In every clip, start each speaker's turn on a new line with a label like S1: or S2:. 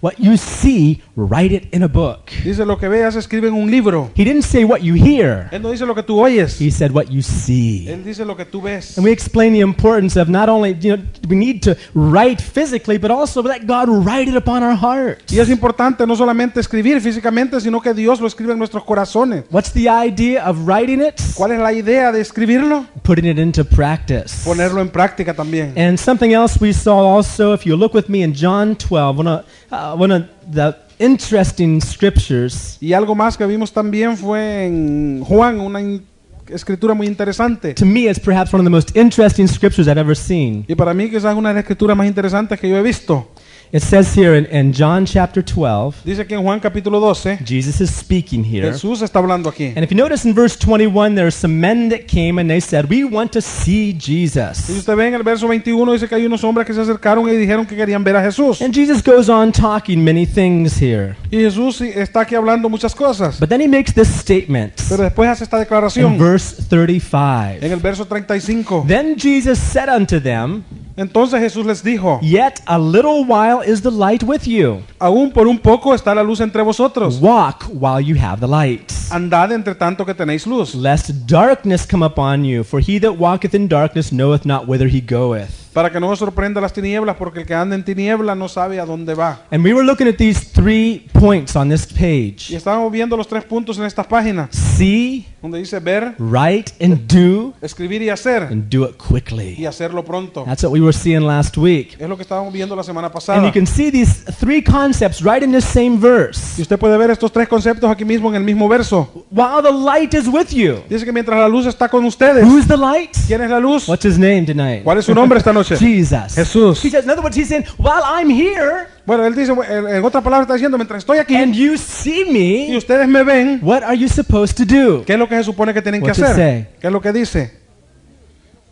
S1: What you see, write it in a book.
S2: Dice lo que veas, escribe en un libro.
S1: He didn't say what you hear.
S2: Él no dice lo que tú oyes.
S1: He said what you see.
S2: Él dice lo que tú ves.
S1: And we explain the importance of not only, you know, we need to write physically, but also let God write it upon our hearts.
S2: Y es importante no solamente escribir físicamente, sino que Dios lo escribe en nuestros corazones.
S1: What's the idea of writing it?
S2: ¿Cuál es la idea de escribirlo?
S1: Putting it into practice.
S2: Ponerlo en práctica también.
S1: And something else we saw also, if you look with me in John 12, one of, uh, one of the interesting scriptures
S2: Y algo más que vimos también fue en Juan, una in- escritura muy interesante.
S1: to me it's perhaps one of the most interesting scriptures I've ever seen.
S2: Y para mí quizás una de las escrituras más interesantes que yo he visto.
S1: It says here in, in John chapter 12,
S2: Dice que en Juan capítulo 12,
S1: Jesus is speaking here.
S2: Jesús está hablando aquí.
S1: And if you notice in verse 21, there are some men that came and they said, We want to see
S2: Y
S1: Jesus.
S2: usted ve en el verso 21, dice que hay unos hombres que se acercaron y dijeron que querían ver a Jesús.
S1: And Jesus goes on talking many things here.
S2: Y Jesús sí está aquí hablando muchas cosas.
S1: But then he makes this statement
S2: Pero después hace esta
S1: in
S2: declaración
S1: verse 35.
S2: en el verso 35.
S1: Then Jesus said unto them,
S2: Entonces Jesús les dijo,
S1: Yet a little while is the light with you.
S2: aún por un poco está la luz entre vosotros.
S1: Walk while you have the light,
S2: Andad entre tanto que tenéis luz,
S1: lest darkness come upon you. For he that walketh in darkness knoweth not whither he goeth.
S2: para que no os sorprenda las tinieblas, porque el que anda en tiniebla no sabe a dónde va.
S1: And we were looking at these three points on this
S2: Y
S1: page
S2: estamos viendo los tres puntos en estas páginas,
S1: see,
S2: donde dice ver,
S1: write, and do,
S2: escribir y hacer,
S1: and do it
S2: y
S1: quickly.
S2: hacerlo pronto.
S1: That's what we were seeing last week.
S2: Es lo que estábamos viendo la semana
S1: And you
S2: pasada.
S1: can see these three concepts right in this same verse.
S2: Y usted puede ver estos tres conceptos aquí mismo en el mismo verso.
S1: While the light is with you.
S2: Dice que mientras la luz está con ustedes,
S1: Who's the light?
S2: ¿quién es la luz?
S1: What's his name tonight?
S2: ¿Cuál es su nombre esta noche?
S1: Jesus.
S2: Jesús.
S1: He says, in other words, he's saying, while I'm here
S2: Bueno, él dice, en en otras palabras está diciendo, mientras estoy aquí
S1: and you see
S2: y
S1: me,
S2: ustedes me ven,
S1: what are you supposed to do?
S2: ¿qué es lo que se supone que tienen que
S1: What to
S2: hacer?
S1: say?
S2: ¿Qué es lo que dice?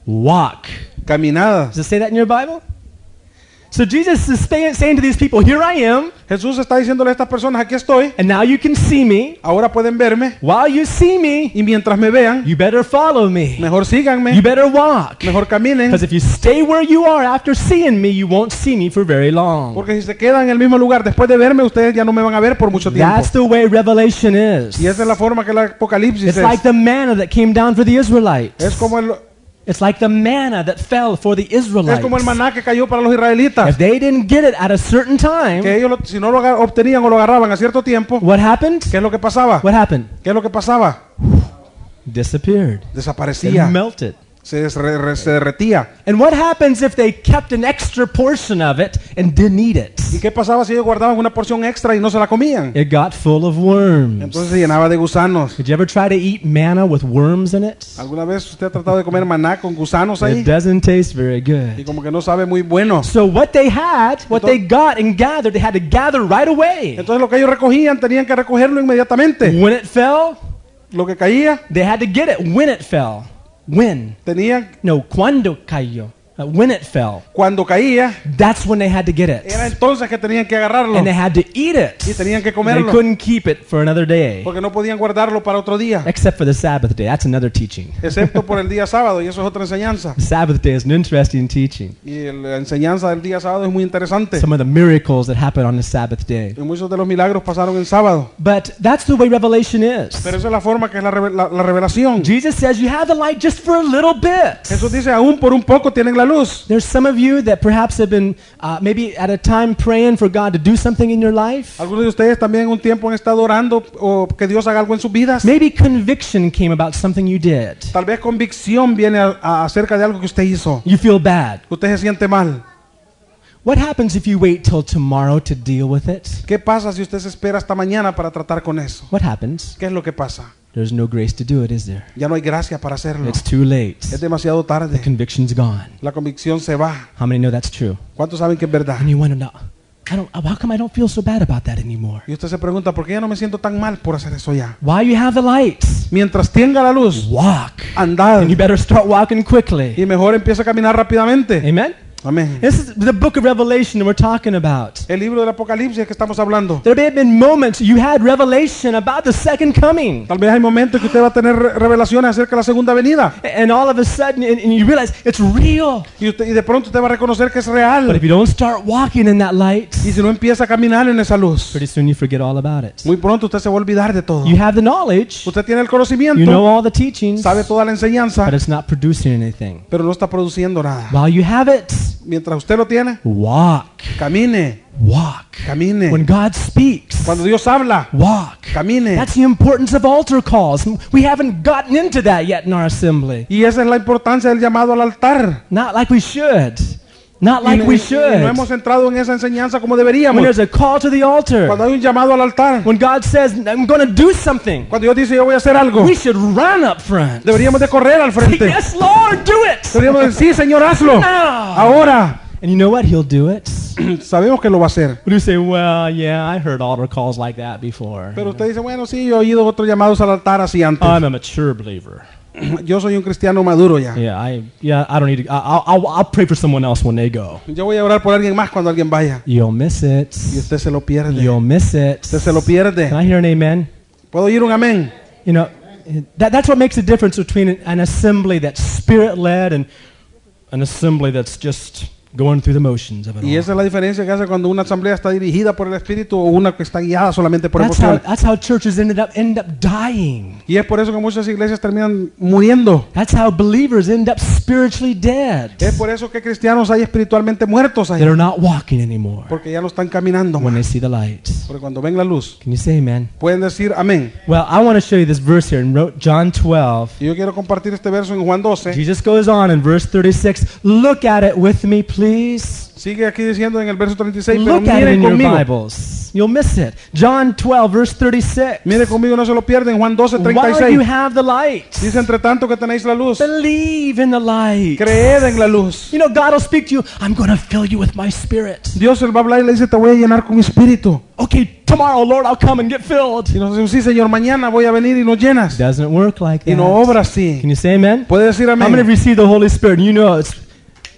S1: Walk.
S2: Caminadas.
S1: Does it say that in your Bible? So Jesus is saying saying to these people, here I am,
S2: Jesús está diciéndole a estas personas, aquí estoy,
S1: and now you can see me.
S2: ahora pueden verme
S1: While you see me,
S2: y mientras me vean,
S1: you better follow me.
S2: mejor
S1: You
S2: síganme,
S1: better walk.
S2: mejor caminen,
S1: Because if you stay where you are after seeing me, you won't see me for very long.
S2: porque si se quedan en el mismo lugar después de verme, ustedes ya no me van a ver por mucho tiempo.
S1: That's the way Revelation is.
S2: Y esa es la forma que el Apocalipsis
S1: It's
S2: es.
S1: like the manna that came down for the Israelites.
S2: Es como el,
S1: It's like the manna that fell for the
S2: es
S1: Israelites.
S2: como el maná que cayó para los
S1: If
S2: israelitas,
S1: they didn't get it at a certain time,
S2: que ellos lo- si no lo aga- obtenían o lo agarraban a cierto tiempo,
S1: what happened?
S2: ¿qué es lo que pasaba?
S1: What happened?
S2: ¿Qué es lo que pasaba?
S1: Disappeared.
S2: Desaparecía,
S1: It melted.
S2: se, desre- re- se derretía.
S1: And what happens if they kept an extra portion of it and didn't eat it?
S2: ¿Y qué pasaba si ellos guardaban una porción extra y no se la comían?
S1: It got full of worms.
S2: Entonces se llenaba de gusanos.
S1: Did you ever try to eat manna with worms in it?
S2: ¿Alguna vez usted ha tratado de comer maná con gusanos
S1: It
S2: ahí?
S1: doesn't taste very
S2: Y
S1: good.
S2: como que no sabe muy bueno.
S1: So what they had, what they got and gathered, they had to gather right away.
S2: Entonces lo que ellos recogían tenían que recogerlo inmediatamente.
S1: When it fell,
S2: Lo que caía
S1: they had to get it when it fell. When?
S2: tenían,
S1: No, cuando cayó. Uh, when it fell.
S2: cuando caía,
S1: That's when they had to get it.
S2: era entonces que tenían que agarrarlo
S1: And they had to eat it.
S2: y tenían que
S1: They
S2: comerlo.
S1: couldn't keep it for another day.
S2: Porque no podían guardarlo para otro día,
S1: Except for the Sabbath day. That's another teaching.
S2: excepto por el día sábado, y eso es otra enseñanza.
S1: The Sabbath day is an interesting teaching.
S2: Y el- la enseñanza del día sábado es muy interesante.
S1: Some of the miracles that happen on the Sabbath day.
S2: Y muchos de los milagros pasaron el sábado.
S1: But that's the way Revelation is.
S2: Pero esa es la forma que es la, reve- la- la revelación.
S1: Jesus says you have the light just for a little bit.
S2: Jesús dice, aún por un poco tienen la luz.
S1: There's some of you that perhaps have been uh, maybe at a time praying for God to do something in your life.
S2: Algunos de ustedes también un tiempo han estado orando o que Dios haga algo en sus vidas.
S1: Maybe conviction came about something you did.
S2: Tal vez convicción viene a- a- acerca de algo que usted hizo.
S1: You feel bad.
S2: Usted se siente mal.
S1: What happens if you wait till tomorrow to deal with it?
S2: ¿Qué pasa si usted se espera hasta mañana para tratar con eso?
S1: What happens?
S2: ¿Qué es lo que pasa?
S1: There's no grace to do it, is there?
S2: Ya no hay gracia para hacerlo.
S1: It's too late.
S2: Es demasiado tarde.
S1: Conviction's gone.
S2: La convicción se va.
S1: How many know that's true?
S2: ¿Cuántos saben que es verdad?
S1: And you wonder, no, I don't. How come I don't feel so bad about that anymore?
S2: Y usted se pregunta, ¿por qué ya no me siento tan mal por hacer eso ya?
S1: Why you have the lights?
S2: Mientras tenga la luz,
S1: Walk.
S2: andad.
S1: And you better start walking quickly.
S2: Y mejor empieza a caminar rápidamente.
S1: Amen.
S2: Amén.
S1: This is the book of Revelation that we're talking about.
S2: El libro del Apocalipsis que estamos hablando.
S1: There may have been moments you had revelation about the second coming.
S2: Tal vez hay momentos que usted va a tener re- revelaciones acerca de la segunda venida.
S1: And all of a sudden, and, and you realize it's real.
S2: Y, usted- y de pronto usted va a reconocer que es
S1: But if
S2: real.
S1: you don't start walking in that light,
S2: Y si no empieza a caminar en esa luz,
S1: pretty soon you forget all about it.
S2: muy pronto usted se va a olvidar de todo.
S1: You have the knowledge,
S2: Usted tiene el
S1: you know
S2: conocimiento,
S1: all the teachings,
S2: sabe toda la enseñanza,
S1: but it's not producing anything.
S2: pero no está produciendo nada.
S1: While you have it,
S2: Mientras usted lo tiene,
S1: walk,
S2: camine,
S1: walk. When
S2: camine.
S1: God speaks,
S2: Cuando Dios habla,
S1: walk.
S2: camine.
S1: That's the importance of altar calls. We haven't gotten into that yet in our assembly.
S2: Y esa es la importancia del llamado al altar.
S1: Not like we should. Not
S2: Y
S1: like
S2: no-
S1: we
S2: y- y no
S1: should.
S2: hemos entrado en esa enseñanza como
S1: When
S2: deberíamos.
S1: there's a call to the
S2: Cuando
S1: altar,
S2: hay un llamado al altar,
S1: when God says, I'm going to do something,
S2: cuando Dios dice yo voy a hacer algo,
S1: we should run up front.
S2: deberíamos de correr al frente.
S1: Yes, Lord, do it.
S2: Deberíamos decir, sí, Señor, hazlo.
S1: Now.
S2: Ahora
S1: And you know what? He'll do it.
S2: sabemos que lo va a hacer.
S1: But you say, well, yeah, I heard altar calls like that before.
S2: Pero usted dice, bueno, sí, yo he oído otros llamados al altar así antes.
S1: I'm a mature believer.
S2: Yo soy un cristiano maduro ya.
S1: Yeah, I yeah, I don't need to. I- I'll, I'll, I'll pray for someone else when they go.
S2: Yo voy a orar por alguien más cuando alguien vaya.
S1: You'll miss it.
S2: Y usted se lo pierde.
S1: You'll miss it.
S2: Usted se lo
S1: Can
S2: pierde.
S1: I hear an amen?
S2: ¿Puedo oír un amén?
S1: You know, that, that's what makes the difference between an, an assembly that's spirit led and an assembly that's just going through the motions of it
S2: Y
S1: all.
S2: esa es la diferencia que hace cuando una asamblea está dirigida por el Espíritu o una que está guiada solamente por
S1: That's how,
S2: emociones.
S1: that's how churches ended up, end up dying.
S2: Y es por eso que muchas iglesias terminan muriendo.
S1: That's how believers end up spiritually dead.
S2: Es por eso que cristianos hay espiritualmente muertos ahí.
S1: They're not walking anymore
S2: Porque ya no están caminando.
S1: when
S2: man.
S1: they see the light.
S2: Porque cuando ven la luz,
S1: Can you say amen?
S2: pueden decir amén.
S1: Well, I want to show you this verse here in Ro- John 12.
S2: Y yo quiero compartir este verso en Juan 12.
S1: Jesus goes on in verse 36. Look at it with me, please.
S2: Sigue aquí diciendo en el verso 36, pero
S1: Look at it
S2: miren
S1: in your
S2: conmigo.
S1: Bibles. You'll miss it. John 12, verse 36.
S2: Miren conmigo, no se lo pierden. Juan 12,
S1: While you
S2: 36.
S1: have the light,
S2: Dice, entre tanto que tenéis la luz,
S1: believe in the light.
S2: creed en la luz.
S1: You know, God will speak to you. I'm going to fill you with my spirit.
S2: Dios él va a hablar y le dice, te voy a llenar con mi espíritu.
S1: Okay, tomorrow, Lord, I'll come and get filled.
S2: Y nos dice, sí, Señor, mañana voy a venir y nos llenas.
S1: Doesn't work like
S2: Y
S1: that.
S2: no
S1: Can
S2: obra así.
S1: you say amen?
S2: Puede decir
S1: How many have
S2: amén.
S1: received the Holy Spirit? You know it's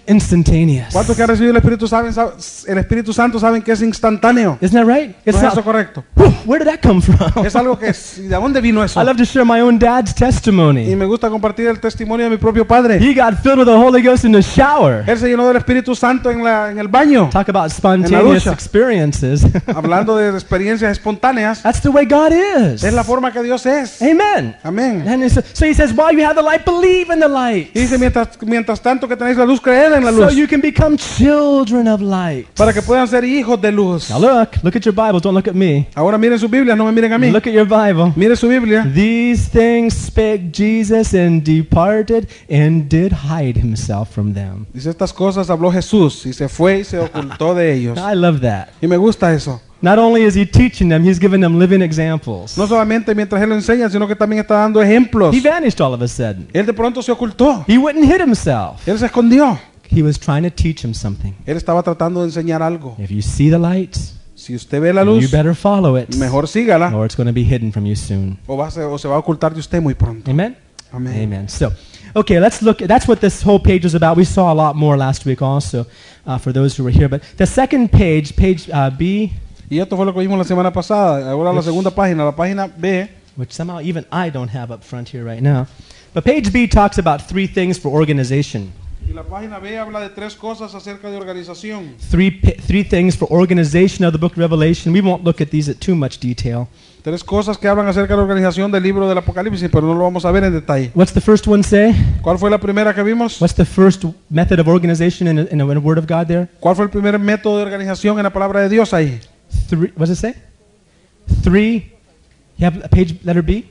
S1: instantaneous.
S2: ¿Cuántos que han recibido el Espíritu saben, sab- el Espíritu Santo saben que es instantáneo?
S1: Isn't that right?
S2: ¿No
S1: It's
S2: es eso
S1: not,
S2: correcto?
S1: Whew, where did that come from?
S2: Es algo que es, ¿de dónde vino eso?
S1: I love to share my own dad's
S2: Y
S1: testimony.
S2: me gusta compartir el testimonio de mi propio padre.
S1: He got filled with the Holy Ghost in the shower.
S2: Él se llenó del Espíritu Santo en, la, en el baño,
S1: Talk about spontaneous
S2: ducha.
S1: experiences.
S2: hablando de experiencias espontáneas.
S1: That's the way God is.
S2: Es la forma que Dios es.
S1: Amen.
S2: Amén.
S1: And so, so he says, while you have the light, believe in the light.
S2: Y dice, mientras, mientras tanto que tenéis la luz, creed en la
S1: So
S2: luz.
S1: you can become children of light.
S2: Para que puedan ser hijos de luz.
S1: Now look, look at your Bibles. Don't look at me.
S2: Ahora miren su Biblia, no me miren a mí.
S1: Look at your Bible.
S2: Mire su Biblia.
S1: These things spake Jesus and departed and did hide himself from them.
S2: Dice estas cosas habló Jesús y se fue y se ocultó de ellos.
S1: Now, I love that.
S2: Y me gusta eso.
S1: Not only is he teaching them, he's giving them living examples.
S2: No solamente mientras él lo enseña, sino que también está dando ejemplos.
S1: He vanished all of a sudden.
S2: Él de pronto se ocultó.
S1: He wouldn't hit himself.
S2: Él se escondió.
S1: He was trying to teach him something.
S2: Él estaba tratando de enseñar algo.
S1: If you see the light,
S2: Si usted ve la
S1: you
S2: luz,
S1: better follow it,
S2: mejor sígala
S1: or it's going to be hidden from you soon.
S2: o, va a ser- o se va a ocultar de usted muy pronto.
S1: Amen?
S2: Amén.
S1: Amen. So, okay, let's look. That's what this whole page is about. We saw a lot more last week also uh, for those who were here. But the second page, page uh, B,
S2: Y esto fue lo que vimos la semana pasada. Ahora la segunda página, la página B.
S1: which somehow even I don't have up front here right now. But page B talks about three things for organization.
S2: Y la página B habla de tres cosas acerca de organización.
S1: Three, p- three things for organization of the book of Revelation. We won't look at these at too much detail.
S2: Tres cosas que hablan acerca de la organización del libro del Apocalipsis, pero no lo vamos a ver en detalle.
S1: What's the first one say?
S2: ¿Cuál fue la primera que vimos?
S1: What's the first method of organization in a, in a, in a word of God there?
S2: ¿Cuál fue el primer método de organización en la palabra de Dios ahí?
S1: Three, what does it say? Three, you have a page, letter B?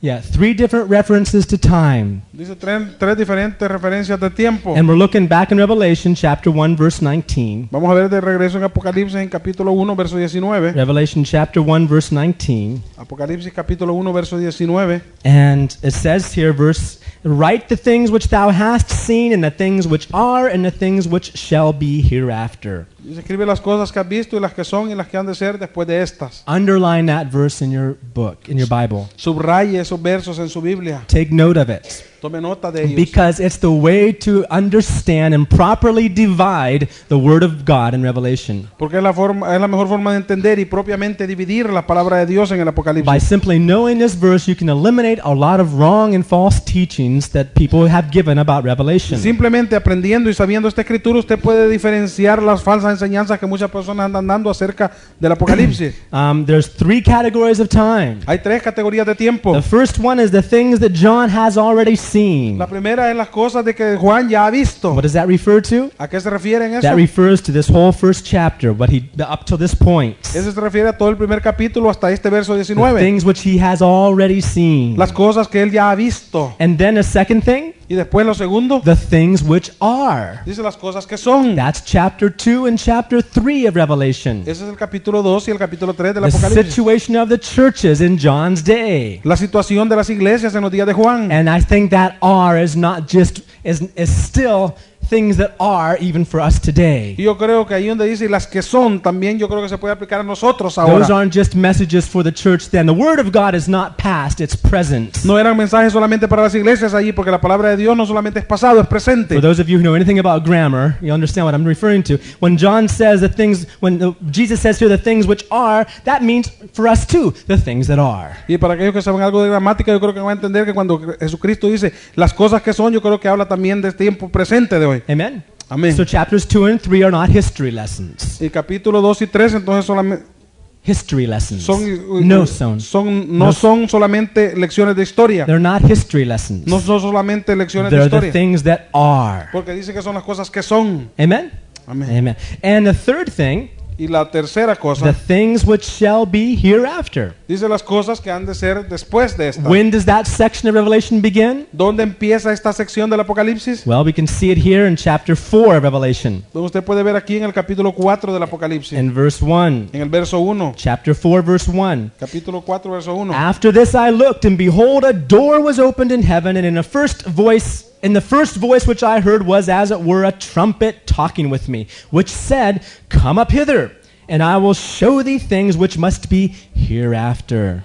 S1: Yeah, three different references to time.
S2: Dice tres, tres diferentes referencias de tiempo.
S1: And we're looking back in Revelation chapter 1, verse 19.
S2: Vamos a ver de regreso en Apocalipsis en capítulo 1, verso 19.
S1: Revelation chapter 1, verse 19.
S2: Apocalipsis capítulo 1, verso 19.
S1: And it says here, verse, write the things which thou hast seen, and the things which are, and the things which shall be hereafter.
S2: Dice, escribe las cosas que has visto y las que son y las que han de ser después de estas.
S1: Underline that verse in your book, in your Bible.
S2: Subraye esos versos en su Biblia.
S1: Take note of it.
S2: Tome nota de ellos.
S1: because it's the way to understand and properly divide the Word of God in Revelation
S2: Porque es la, forma, es la mejor forma de entender y propiamente dividir la palabra de Dios en el
S1: By
S2: Apocalipsis.
S1: simply knowing this verse, you can eliminate a lot of wrong and false teachings that people have given about Revelation.
S2: Simplemente aprendiendo y sabiendo esta escritura, usted puede diferenciar las falsas enseñanzas que muchas personas andan dando acerca del Apocalipsis.
S1: Um, there's three categories of time.
S2: Hay tres categorías de tiempo.
S1: The first one is the things that John has already seen.
S2: La primera es las cosas de que Juan ya ha visto.
S1: What does that refer to?
S2: ¿A qué se refiere en eso?
S1: That refers to this whole first chapter, what he up to this point. The
S2: Eso se refiere a todo el primer capítulo hasta este verso 19.
S1: things which he has already seen.
S2: Las cosas que él ya ha visto.
S1: And then the second thing,
S2: Y después lo segundo,
S1: the things which are.
S2: dice las cosas que son.
S1: That's chapter 2 and chapter 3 of Revelation.
S2: Ese es el capítulo 2 y el capítulo 3 del
S1: The
S2: Apocalipsis.
S1: situation of the churches in John's day.
S2: La situación de las iglesias en los días de Juan.
S1: And I think that are is not just is, is still things that are even for us
S2: Y
S1: today.
S2: yo creo que ahí donde dice las que son, también yo creo que se puede aplicar a nosotros
S1: Those
S2: ahora.
S1: aren't just messages for the church then. The word of God is not past, it's present.
S2: No eran mensajes solamente para las iglesias allí, porque la palabra de Dios no solamente es pasado, es presente.
S1: For those of you who know anything about grammar, you understand what I'm referring to. When John says the things when the, Jesus says here the things which are, that means for us too, the things that are.
S2: Y para aquellos que saben algo de gramática, yo creo que van a entender que cuando Jesucristo dice las cosas que son, yo creo que habla también del tiempo presente de hoy.
S1: Amen.
S2: Amén.
S1: So chapters 2 and 3 are not history lessons.
S2: Y capítulo 2 y 3, entonces solamente
S1: History lessons.
S2: son,
S1: no son.
S2: son-
S1: No.
S2: no son solamente lecciones de historia,
S1: They're not history lessons.
S2: no son solamente lecciones de
S1: They're the
S2: historia,
S1: things that are.
S2: porque dice que son las cosas que son.
S1: Amen?
S2: Amén.
S1: Amen. And the third thing,
S2: Y la tercera
S1: the
S2: cosa,
S1: things which shall be hereafter.
S2: dice las cosas que han de ser después de esta.
S1: When does that section of Revelation begin?
S2: ¿Dónde empieza esta sección del Apocalipsis?
S1: Well, we can see it here in chapter 4 of Revelation,
S2: Donde usted puede ver aquí en el capítulo 4 del Apocalipsis,
S1: in verse 1.
S2: en el verso 1,
S1: Chapter 4, verse 1.
S2: capítulo 4, verso 1.
S1: After this I looked, and behold, a door was opened in heaven, and in a first voice, in the first voice which I heard was as it were a trumpet talking with me, which said, "Come up hither, and I will show thee things which must be hereafter."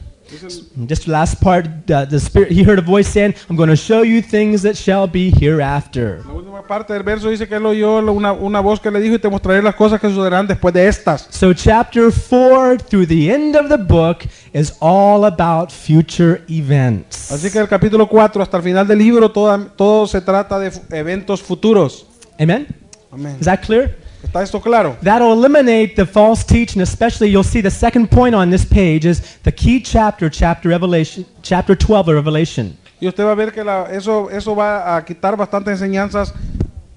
S1: Just the last part, uh, the spirit he heard a voice saying, "I'm going to show you things that shall be hereafter."
S2: La última parte del verso dice que él oyó lo- una, una voz que le dijo y te mostraré las cosas que sucederán después de estas.
S1: So chapter four through the end of the book is all about future events.
S2: Así que el capítulo 4 hasta el final del libro toda- todo se trata de fu- eventos futuros.
S1: Amen.
S2: Amén.
S1: Is that clear?
S2: ¿Está esto claro?
S1: That'll eliminate the false teaching, especially you'll see the second point on this page is the key chapter, chapter Revelation, chapter 12 of Revelation.
S2: Y usted va a ver que la- eso, eso va a quitar bastantes enseñanzas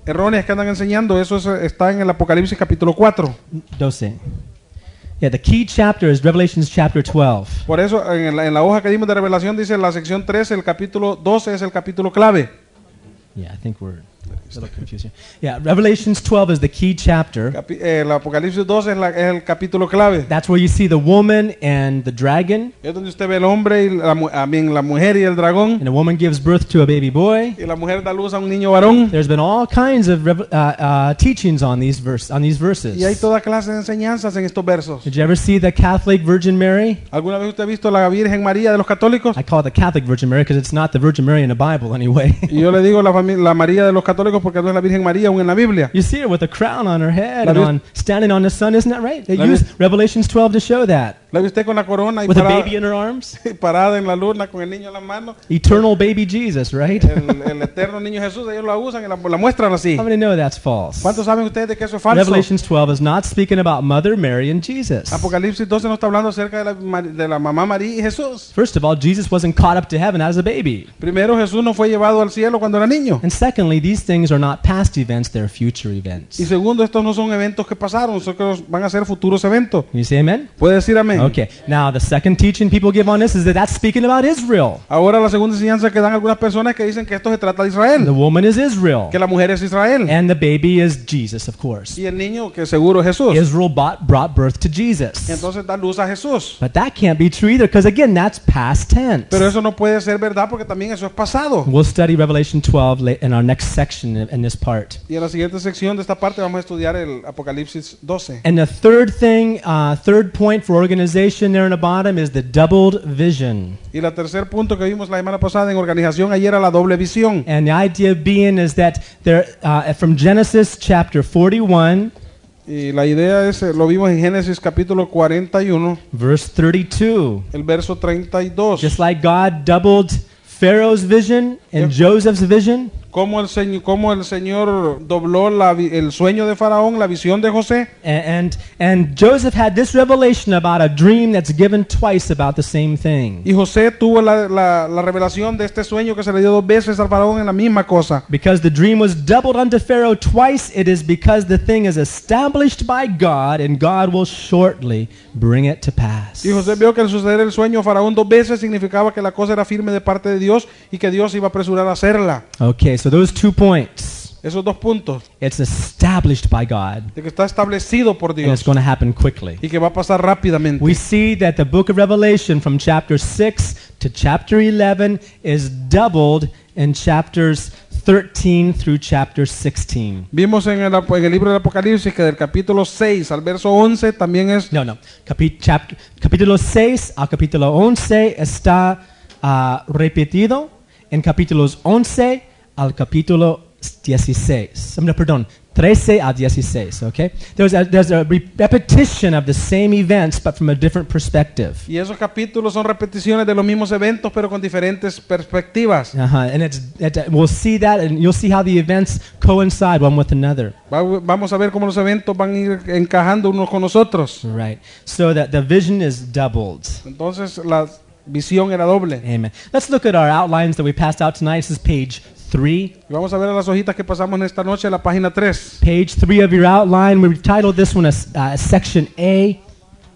S2: erróneas que andan enseñando. Eso es- está en el Apocalipsis capítulo 4.
S1: Dose. Yeah, the key chapter is Revelation's chapter 12.
S2: Por eso en la, en la hoja que dimos de revelación dice la sección 13, el capítulo 12 es el capítulo clave.
S1: Yeah, I think we're a little confused here. Yeah, Revelation's 12 is the key chapter.
S2: Capi- eh, el Apocalipsis 12 es, la- es el capítulo clave.
S1: That's where you see the woman and the dragon,
S2: Es donde usted ve el hombre y la, mu- a mí, la mujer y el dragón.
S1: and the woman gives birth to a baby boy.
S2: y la mujer da luz a un niño varón.
S1: There's been all kinds of rev- uh, uh, teachings on these verse on these verses.
S2: Y hay toda clase de enseñanzas en estos versos.
S1: Did you ever see the Catholic Virgin Mary?
S2: ¿Alguna vez usted ha visto a la Virgen María de los católicos?
S1: I call it the Catholic Virgin Mary because it's not the Virgin Mary in the Bible anyway.
S2: Y yo le digo la, fami- la María de los católicos porque no es la Virgen María aún en la Biblia.
S1: you see her with a crown on her head
S2: La
S1: and
S2: vis-
S1: on standing on the sun, isn't that right? They
S2: La
S1: use
S2: vis-
S1: Revelations 12 to show that
S2: La vi usted con la corona y
S1: with a
S2: parada,
S1: baby in her arms,
S2: y parada en la luna con el niño en la mano.
S1: eternal baby Jesus, right?
S2: El, el eterno niño Jesús, ellos la usan y la, la muestran así.
S1: How many know that's false?
S2: ¿Cuántos saben ustedes de que eso es falso?
S1: Revelations 12 is not speaking about Mother Mary and Jesus.
S2: Apocalipsis 12 no está hablando acerca de la, Mar- de la mamá María y Jesús.
S1: First of all, Jesus wasn't caught up to heaven as a baby.
S2: Primero Jesús no fue llevado al cielo cuando era niño.
S1: And secondly, these things are not past events, they're future events.
S2: Y segundo, estos no son eventos que pasaron, son que los- van a ser futuros eventos.
S1: Can you say amen?
S2: ¿Puede decir amén?
S1: Okay. Now, the second teaching people give on this is that that's speaking about Israel.
S2: Ahora la segunda enseñanza que dan algunas personas es que dicen que esto se trata de
S1: The
S2: Israel,
S1: woman is Israel.
S2: que la mujer es Israel
S1: And the baby is Jesus, of course.
S2: y el niño que seguro es Jesús.
S1: Israel bought, brought birth to Jesus.
S2: Entonces da luz a Jesús.
S1: But that can't be true either, because again, that's past tense.
S2: Pero eso no puede ser verdad porque también eso es pasado.
S1: We'll study Revelation 12 la- in our next section in in this part.
S2: Y en la siguiente sección de esta parte vamos a estudiar el Apocalipsis 12.
S1: And the third thing, uh, third point for organiz- organization there in the bottom is the doubled vision.
S2: Y el tercer punto que vimos la semana pasada en organización ayer era la doble visión.
S1: And the idea being is that there, uh, from Genesis chapter 41,
S2: Y la idea es, eh, lo vimos en Génesis capítulo 41,
S1: verse 32,
S2: el verso 32.
S1: just like God doubled Pharaoh's vision and Joseph's vision,
S2: cómo el, señ- cómo el Señor dobló la vi- el sueño de Faraón, la visión de José.
S1: a- and, and Joseph had this revelation about a dream that's given twice about the same thing.
S2: Y José tuvo la, la- la revelación de este sueño que se le dio dos veces al Faraón en la misma cosa.
S1: Because the dream was doubled unto Pharaoh twice, it is because the thing is established by God, and God will shortly bring it to pass.
S2: Y José vio que al suceder el sueño a Faraón dos veces significaba que la cosa era firme de parte de Dios y que Dios iba a apresurar a hacerla.
S1: Okay, so those two points.
S2: Esos dos puntos,
S1: It's established by God,
S2: de que está establecido por
S1: and it's
S2: Dios
S1: going to happen quickly.
S2: y que va a pasar rápidamente.
S1: We see that the book of Revelation from chapter 6 to chapter 11 is doubled in chapters 13 through chapter 16.
S2: Vimos en el, ap- en el libro del Apocalipsis que del capítulo 6 al verso 11 también es
S1: No, no. Capi- chap- capítulo 6 al capítulo 11 está ah, repetido en capítulos 11 al capítulo 16. No, perdón, 13 al 16, okay? There's a, there's a re- repetition of the same events, but from a different perspective.
S2: Y esos capítulos son repeticiones de los mismos eventos, pero con diferentes perspectivas.
S1: Uh-huh. And it's, it, we'll see that, and you'll see how the events coincide one with another.
S2: Va- vamos a ver cómo los eventos van a ir encajando unos con nosotros.
S1: Right. So that the vision is doubled.
S2: Entonces la visión era doble.
S1: Amen. Let's look at our outlines that we passed out tonight. This is page 3.
S2: Y vamos a ver a las hojitas que pasamos en esta noche, la página 3.
S1: Page three of your outline, we've titled this one as uh, Section A.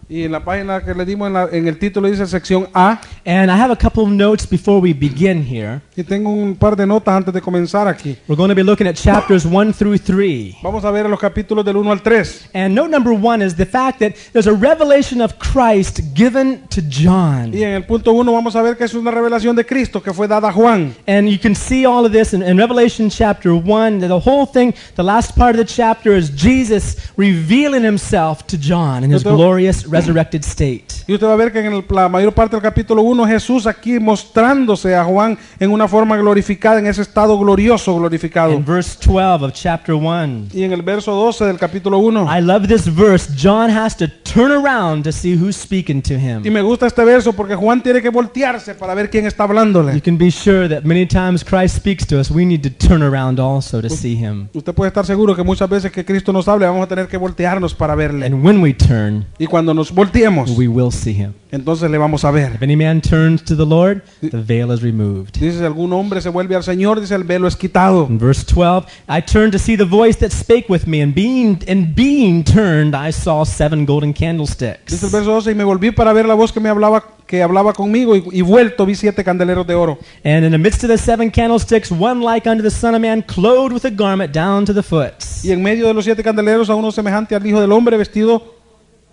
S2: Y en la página que le dimos en, la- en el título dice sección A.
S1: And I have a couple of notes before we begin here.
S2: Y tengo un par de notas antes de comenzar aquí.
S1: We're going to be looking at chapters 1 through 3.
S2: Vamos a ver los capítulos del 1 al 3.
S1: And note number one is the fact that there's a revelation of Christ given to
S2: Y
S1: John.
S2: en el punto 1 vamos a ver que es una revelación de Cristo que fue dada a Juan.
S1: And you can see all of this in, in Revelation chapter 1. The whole thing, the last part of the chapter, is Jesus revealing himself to John in his
S2: Yo tengo-
S1: glorious resurrected state.
S2: Y usted va a ver que en el- la mayor parte del capítulo 1 Jesús aquí mostrándose a Juan en una forma glorificada, en ese estado glorioso glorificado.
S1: In verse 12 of chapter 1.
S2: Y en el verso 12 del capítulo 1.
S1: I love this verse. John has to turn around to see who's speaking to
S2: Y
S1: him.
S2: me gusta este verso porque Juan tiene que voltearse para ver quién está
S1: You
S2: hablándole.
S1: can be sure that many times Christ speaks to us, we need to turn around also to see him.
S2: Usted puede estar seguro que muchas veces que Cristo nos hable vamos a tener que voltearnos para verle.
S1: And when we turn,
S2: Y cuando nos volteemos,
S1: we will see him.
S2: entonces le vamos a ver.
S1: If any man turns to the Lord, the veil is removed.
S2: Dice, si algún hombre se vuelve al Señor, dice, el velo es quitado.
S1: In verse 12, I turned to see the voice that spake with me, and being and being turned, I saw seven golden
S2: Dice el
S1: candlesticks.
S2: verso 12, y me volví para ver la voz que me hablaba, que hablaba conmigo, y, y vuelto vi siete candeleros de oro.
S1: And in the midst of the seven candlesticks, one like unto the Son of Man, clothed with a garment down to the foot.
S2: Y en medio de los siete candeleros a uno semejante al Hijo del Hombre vestido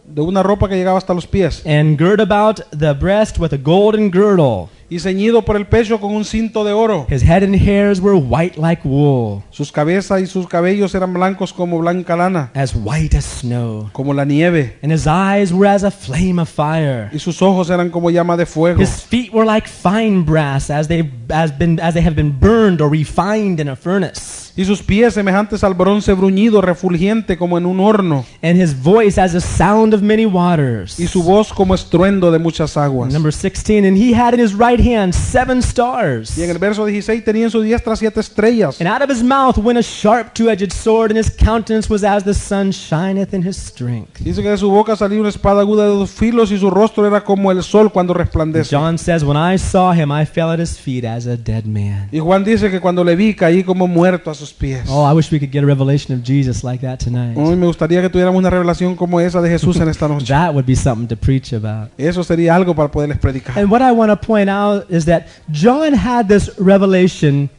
S2: de una ropa que llegaba hasta los pies
S1: and girt about the breast with a golden girdle.
S2: y ceñido por el pecho con un cinto de oro.
S1: His head and hairs were white like wool,
S2: Sus cabezas y sus cabellos eran blancos como blanca lana,
S1: as white as snow.
S2: como la nieve,
S1: And his eyes were as a flame of fire.
S2: y sus ojos eran como llama de fuego.
S1: His feet were like fine brass, as they as been as they have been burned or refined in a furnace.
S2: Y sus pies semejantes al bronce bruñido, refulgente como en un horno,
S1: And his voice as the sound of many waters.
S2: y su voz como estruendo de muchas aguas.
S1: Number 16, and he had in his right hand seven stars.
S2: Y en el verso 16 tenía en su diestra siete estrellas,
S1: And out of his mouth went a sharp two-edged sword, and his countenance was as the sun shineth in his strength.
S2: Dice que de su boca salía una espada aguda de dos filos y su rostro era como el sol cuando resplandece.
S1: John says, When I saw him, I fell at his feet as a dead man.
S2: Y Juan dice que cuando le vi caí como muerto a sus pies.
S1: Oh, I wish we could get a revelation of Jesus like that tonight.
S2: Hoy me gustaría que tuviéramos una revelación como esa de Jesús en esta noche.
S1: That would be something to preach about.
S2: Eso sería algo para poderles predicar.
S1: And what I want to point out is that John had this revelation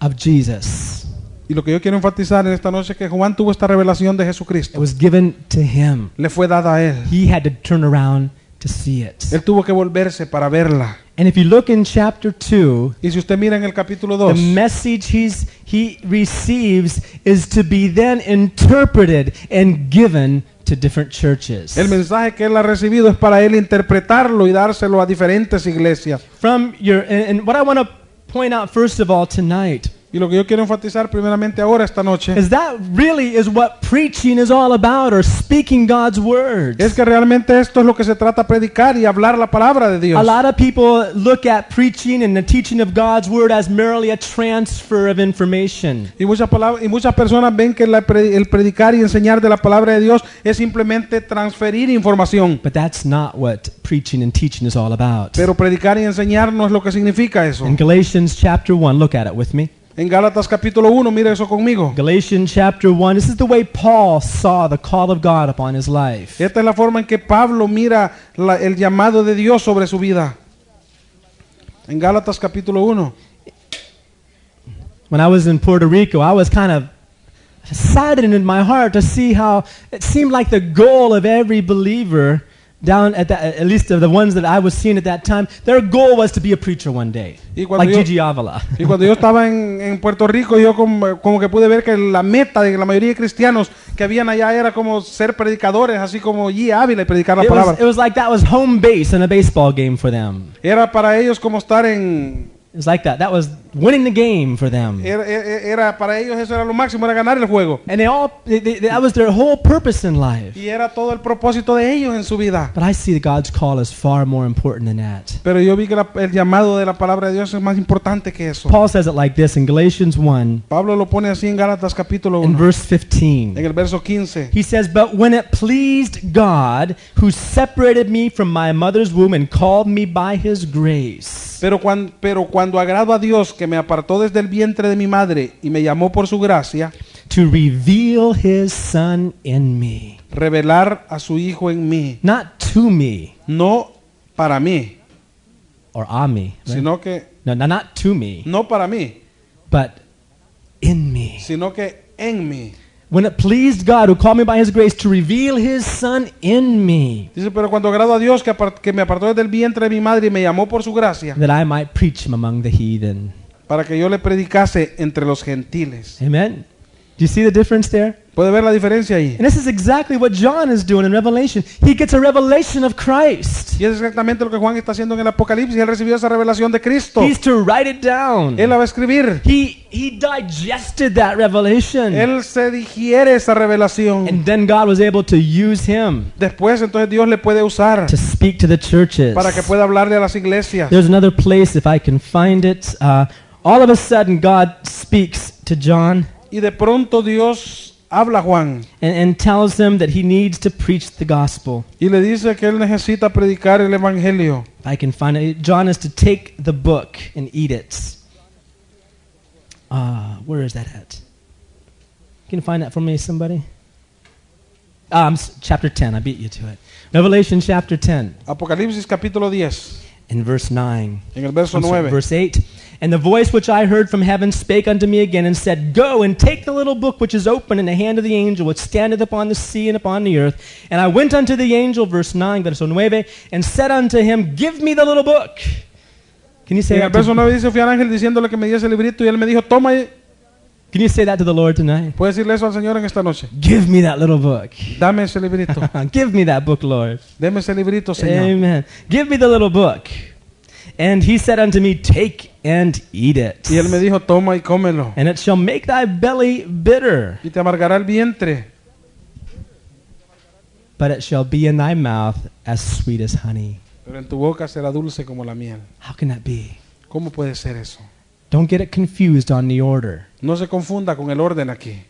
S1: of Jesus.
S2: Y lo que yo quiero enfatizar en esta noche es que Juan tuvo esta revelación de
S1: It
S2: Jesucristo.
S1: was given to him.
S2: Le fue dada a él.
S1: He had to turn around to see it.
S2: Él tuvo que volverse para verla.
S1: And if you look in chapter 2,
S2: Y si usted mira en el capítulo
S1: the
S2: 2,
S1: message he's, he receives is to be then interpreted and given to different churches.
S2: El mensaje que él ha recibido es para él interpretarlo y dárselo a diferentes iglesias.
S1: From your and, and what I want to point out first of all tonight
S2: Y lo que yo quiero enfatizar primeramente ahora esta noche
S1: is that really is what preaching is all about or speaking God's words.
S2: es que realmente esto es lo que se trata predicar y hablar la palabra de
S1: A
S2: Dios.
S1: lot of people look at preaching and the teaching of God's word as merely a transfer of information.
S2: Y muchas, palabras, y muchas personas ven que la pre- el predicar y enseñar de la palabra de Dios es simplemente transferir información.
S1: But that's not what preaching and teaching is all about.
S2: Pero predicar y enseñar no es lo que significa eso.
S1: In Galatians chapter 1, look at it with me.
S2: En Gálatas capítulo 1, mira eso conmigo.
S1: Galatians chapter 1, this is the way Paul saw the call of God upon his life.
S2: Esta es la forma en que Pablo mira la- el llamado de Dios sobre su vida. En Gálatas capítulo 1.
S1: When I was in Puerto Rico, I was kind of saddened in my heart to see how it seemed like the goal of every believer down at that, at least of the ones that I was seeing at that time, their goal was to be a preacher one day.
S2: Y cuando
S1: Like
S2: yo-
S1: Gigi Avila.
S2: Y cuando yo estaba en, en Puerto Rico, yo como, como que pude ver que la meta de la mayoría de cristianos que habían allá era como ser predicadores, así como G. Ávila y predicar la
S1: It
S2: palabra.
S1: was, it was like that was home base in a baseball game for them.
S2: Era para ellos como estar en...
S1: It was like that. That was winning the game for them.
S2: Era, era- era- para ellos eso era lo máximo, era ganar el juego.
S1: And they all, they, they, that was their whole purpose in life.
S2: Y era todo el propósito de ellos en su vida.
S1: But I see that God's call is far more important than that.
S2: Pero yo vi que la- el llamado de la palabra de Dios es más importante que eso.
S1: Paul says it like this in Galatians 1
S2: Pablo lo pone así en Gálatas capítulo
S1: in
S2: 1,
S1: verse 15.
S2: en el verso 15.
S1: He says, But when it pleased God, who separated me from my mother's womb and called me by his grace.
S2: Pero, cuan- pero cuando agrado a Dios que me apartó desde el vientre de mi madre y me llamó por su gracia,
S1: to reveal his son in me.
S2: revelar a su Hijo en mí,
S1: Not to me
S2: no para mí,
S1: or on me. right?
S2: sino que,
S1: No, no, not to me,
S2: no para mí,
S1: but in me.
S2: sino que en mí.
S1: When it pleased God, who called me by his grace, to reveal his son in me,
S2: Dice, pero cuando agrado a Dios que, apar- que me apartó desde el vientre de mi madre y me llamó por su gracia,
S1: that I might preach him among the heathen.
S2: para que yo le predicase entre los gentiles.
S1: Amen. Do you see the difference there?
S2: ¿Puede ver la diferencia ahí?
S1: And this is exactly what John is doing in Revelation. He gets a revelation of Christ.
S2: Y es exactamente lo que Juan está haciendo en el Apocalipsis. Él recibió esa revelación de Cristo.
S1: He's to write it down.
S2: Él la va a escribir.
S1: He he digested that revelation.
S2: Él se digiere esa revelación.
S1: And then God was able to use him
S2: Después, entonces Dios le puede usar
S1: to speak to the churches.
S2: para que pueda hablarle a las iglesias.
S1: There's another place, if I can find it. Uh, all of a sudden, God speaks to John.
S2: Y de pronto Dios habla a Juan
S1: and, and tells him that he needs to preach the gospel.
S2: y le dice que él necesita predicar el evangelio.
S1: If I can find it, John is to take the book and eat it. Ah, where is that at? Can you find that for me, somebody? Ah, I'm s- chapter 10. I beat you to it. Revelation chapter 10
S2: Apocalipsis capítulo 10,
S1: and verse 9.
S2: en el verso
S1: I'm sorry,
S2: 9.
S1: verse 8. And the voice which I heard from heaven spake unto me again and said, Go and take the little book which is open in the hand of the angel which standeth upon the sea and upon the earth. And I went unto the angel, verse 9, verso 9, and said unto him, Give me the little book. Can you say,
S2: En el
S1: that to,
S2: verso 9 dice, fui al ángel diciéndole que me diese el librito y él me dijo, toma, y-".
S1: can you say that to the Lord tonight?
S2: puedes decirle eso al Señor en esta noche.
S1: Give me that little book.
S2: Dame ese librito,
S1: Give me that book, Lord.
S2: deme ese librito, Oh, Señor.
S1: Amen. Give me the little book. And he said unto me, Take and eat it.
S2: Y él me dijo, toma y cómelo.
S1: And it shall make thy belly bitter.
S2: Y te amargará el vientre,
S1: but it shall be in thy mouth as sweet as honey.
S2: pero en tu boca será dulce como la miel.
S1: How can that be?
S2: ¿Cómo puede ser eso?
S1: Don't get it confused on the order.
S2: No se confunda con el orden aquí.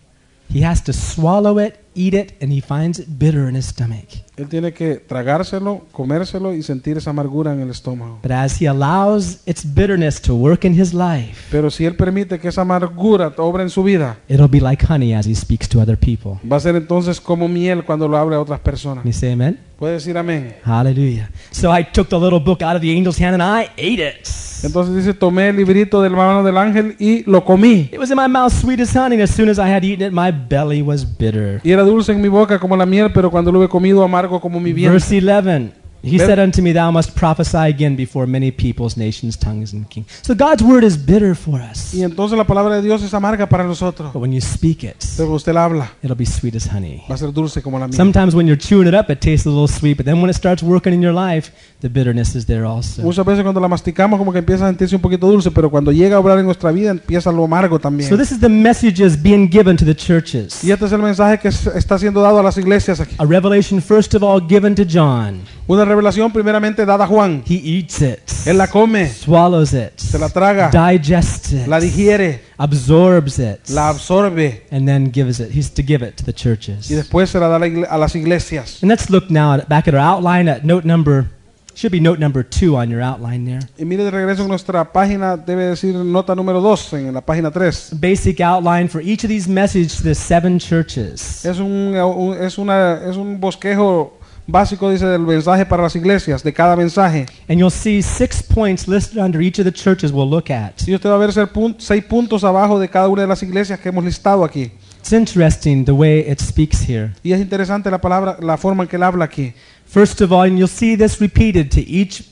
S1: He has to swallow it, eat it, and he finds it bitter in his stomach.
S2: Él tiene que tragárselo, comérselo y sentir esa amargura en el estómago.
S1: But as he allows its bitterness to work in his life,
S2: Pero si él permite que esa amargura obre en su vida,
S1: it'll be like honey as he speaks to other people.
S2: va a ser entonces como miel cuando lo hable a otras personas.
S1: Can you say amen?
S2: Puede decir amén.
S1: Hallelujah. So I took the little book out of the angel's hand and I ate it.
S2: Entonces dice, tomé el librito del mano del ángel y lo comí.
S1: It was in my mouth sweet as honey, and as soon as I had eaten it, my belly was bitter.
S2: Y era dulce en mi boca como la miel, pero cuando lo he comido amargo como mi vientre.
S1: Verse 11. He
S2: Ver-
S1: said unto me, Thou must prophesy again before many peoples, nations, tongues, and kings. So God's word is bitter for us.
S2: Y entonces la palabra de Dios es amarga para nosotros.
S1: But when you speak it,
S2: Pero usted la habla,
S1: it'll be sweet as honey.
S2: va a ser dulce como la miel.
S1: Sometimes when you're chewing it up, it tastes a little sweet, but then when it starts working in your life, the bitterness is there also.
S2: Muchas veces cuando la masticamos como que empieza a sentirse un poquito dulce, pero cuando llega a obrar en nuestra vida empieza lo amargo también.
S1: So this is the messages being given to the churches.
S2: Y este es el mensaje que es- está siendo dado a las iglesias aquí.
S1: A revelation, first of all, given to John.
S2: Una revelación primeramente dada a Juan.
S1: He eats it,
S2: Él la come,
S1: swallows it,
S2: se la traga,
S1: digests
S2: la
S1: it,
S2: digiere,
S1: absorbs it,
S2: la absorbe
S1: and then gives it. He's to give it to the
S2: y
S1: churches.
S2: después se la da a la igle- a las iglesias.
S1: And let's look now at, back at our outline at note number, should be note number two on your outline there.
S2: Y mire de regreso en nuestra página, debe decir nota número 2, en la página 3.
S1: Basic outline for each of these messages to the seven churches.
S2: Es un, un- es, una, es un bosquejo básico, dice, del mensaje para las iglesias, de cada mensaje.
S1: And you'll see six points listed under each of the churches we'll look at.
S2: Y usted va a ver ser pun- seis puntos abajo de cada una de las iglesias que hemos listado aquí.
S1: It's interesting the way it speaks here.
S2: Y es interesante la palabra, la forma en que él habla aquí.
S1: First of all, and you'll see this repeated to each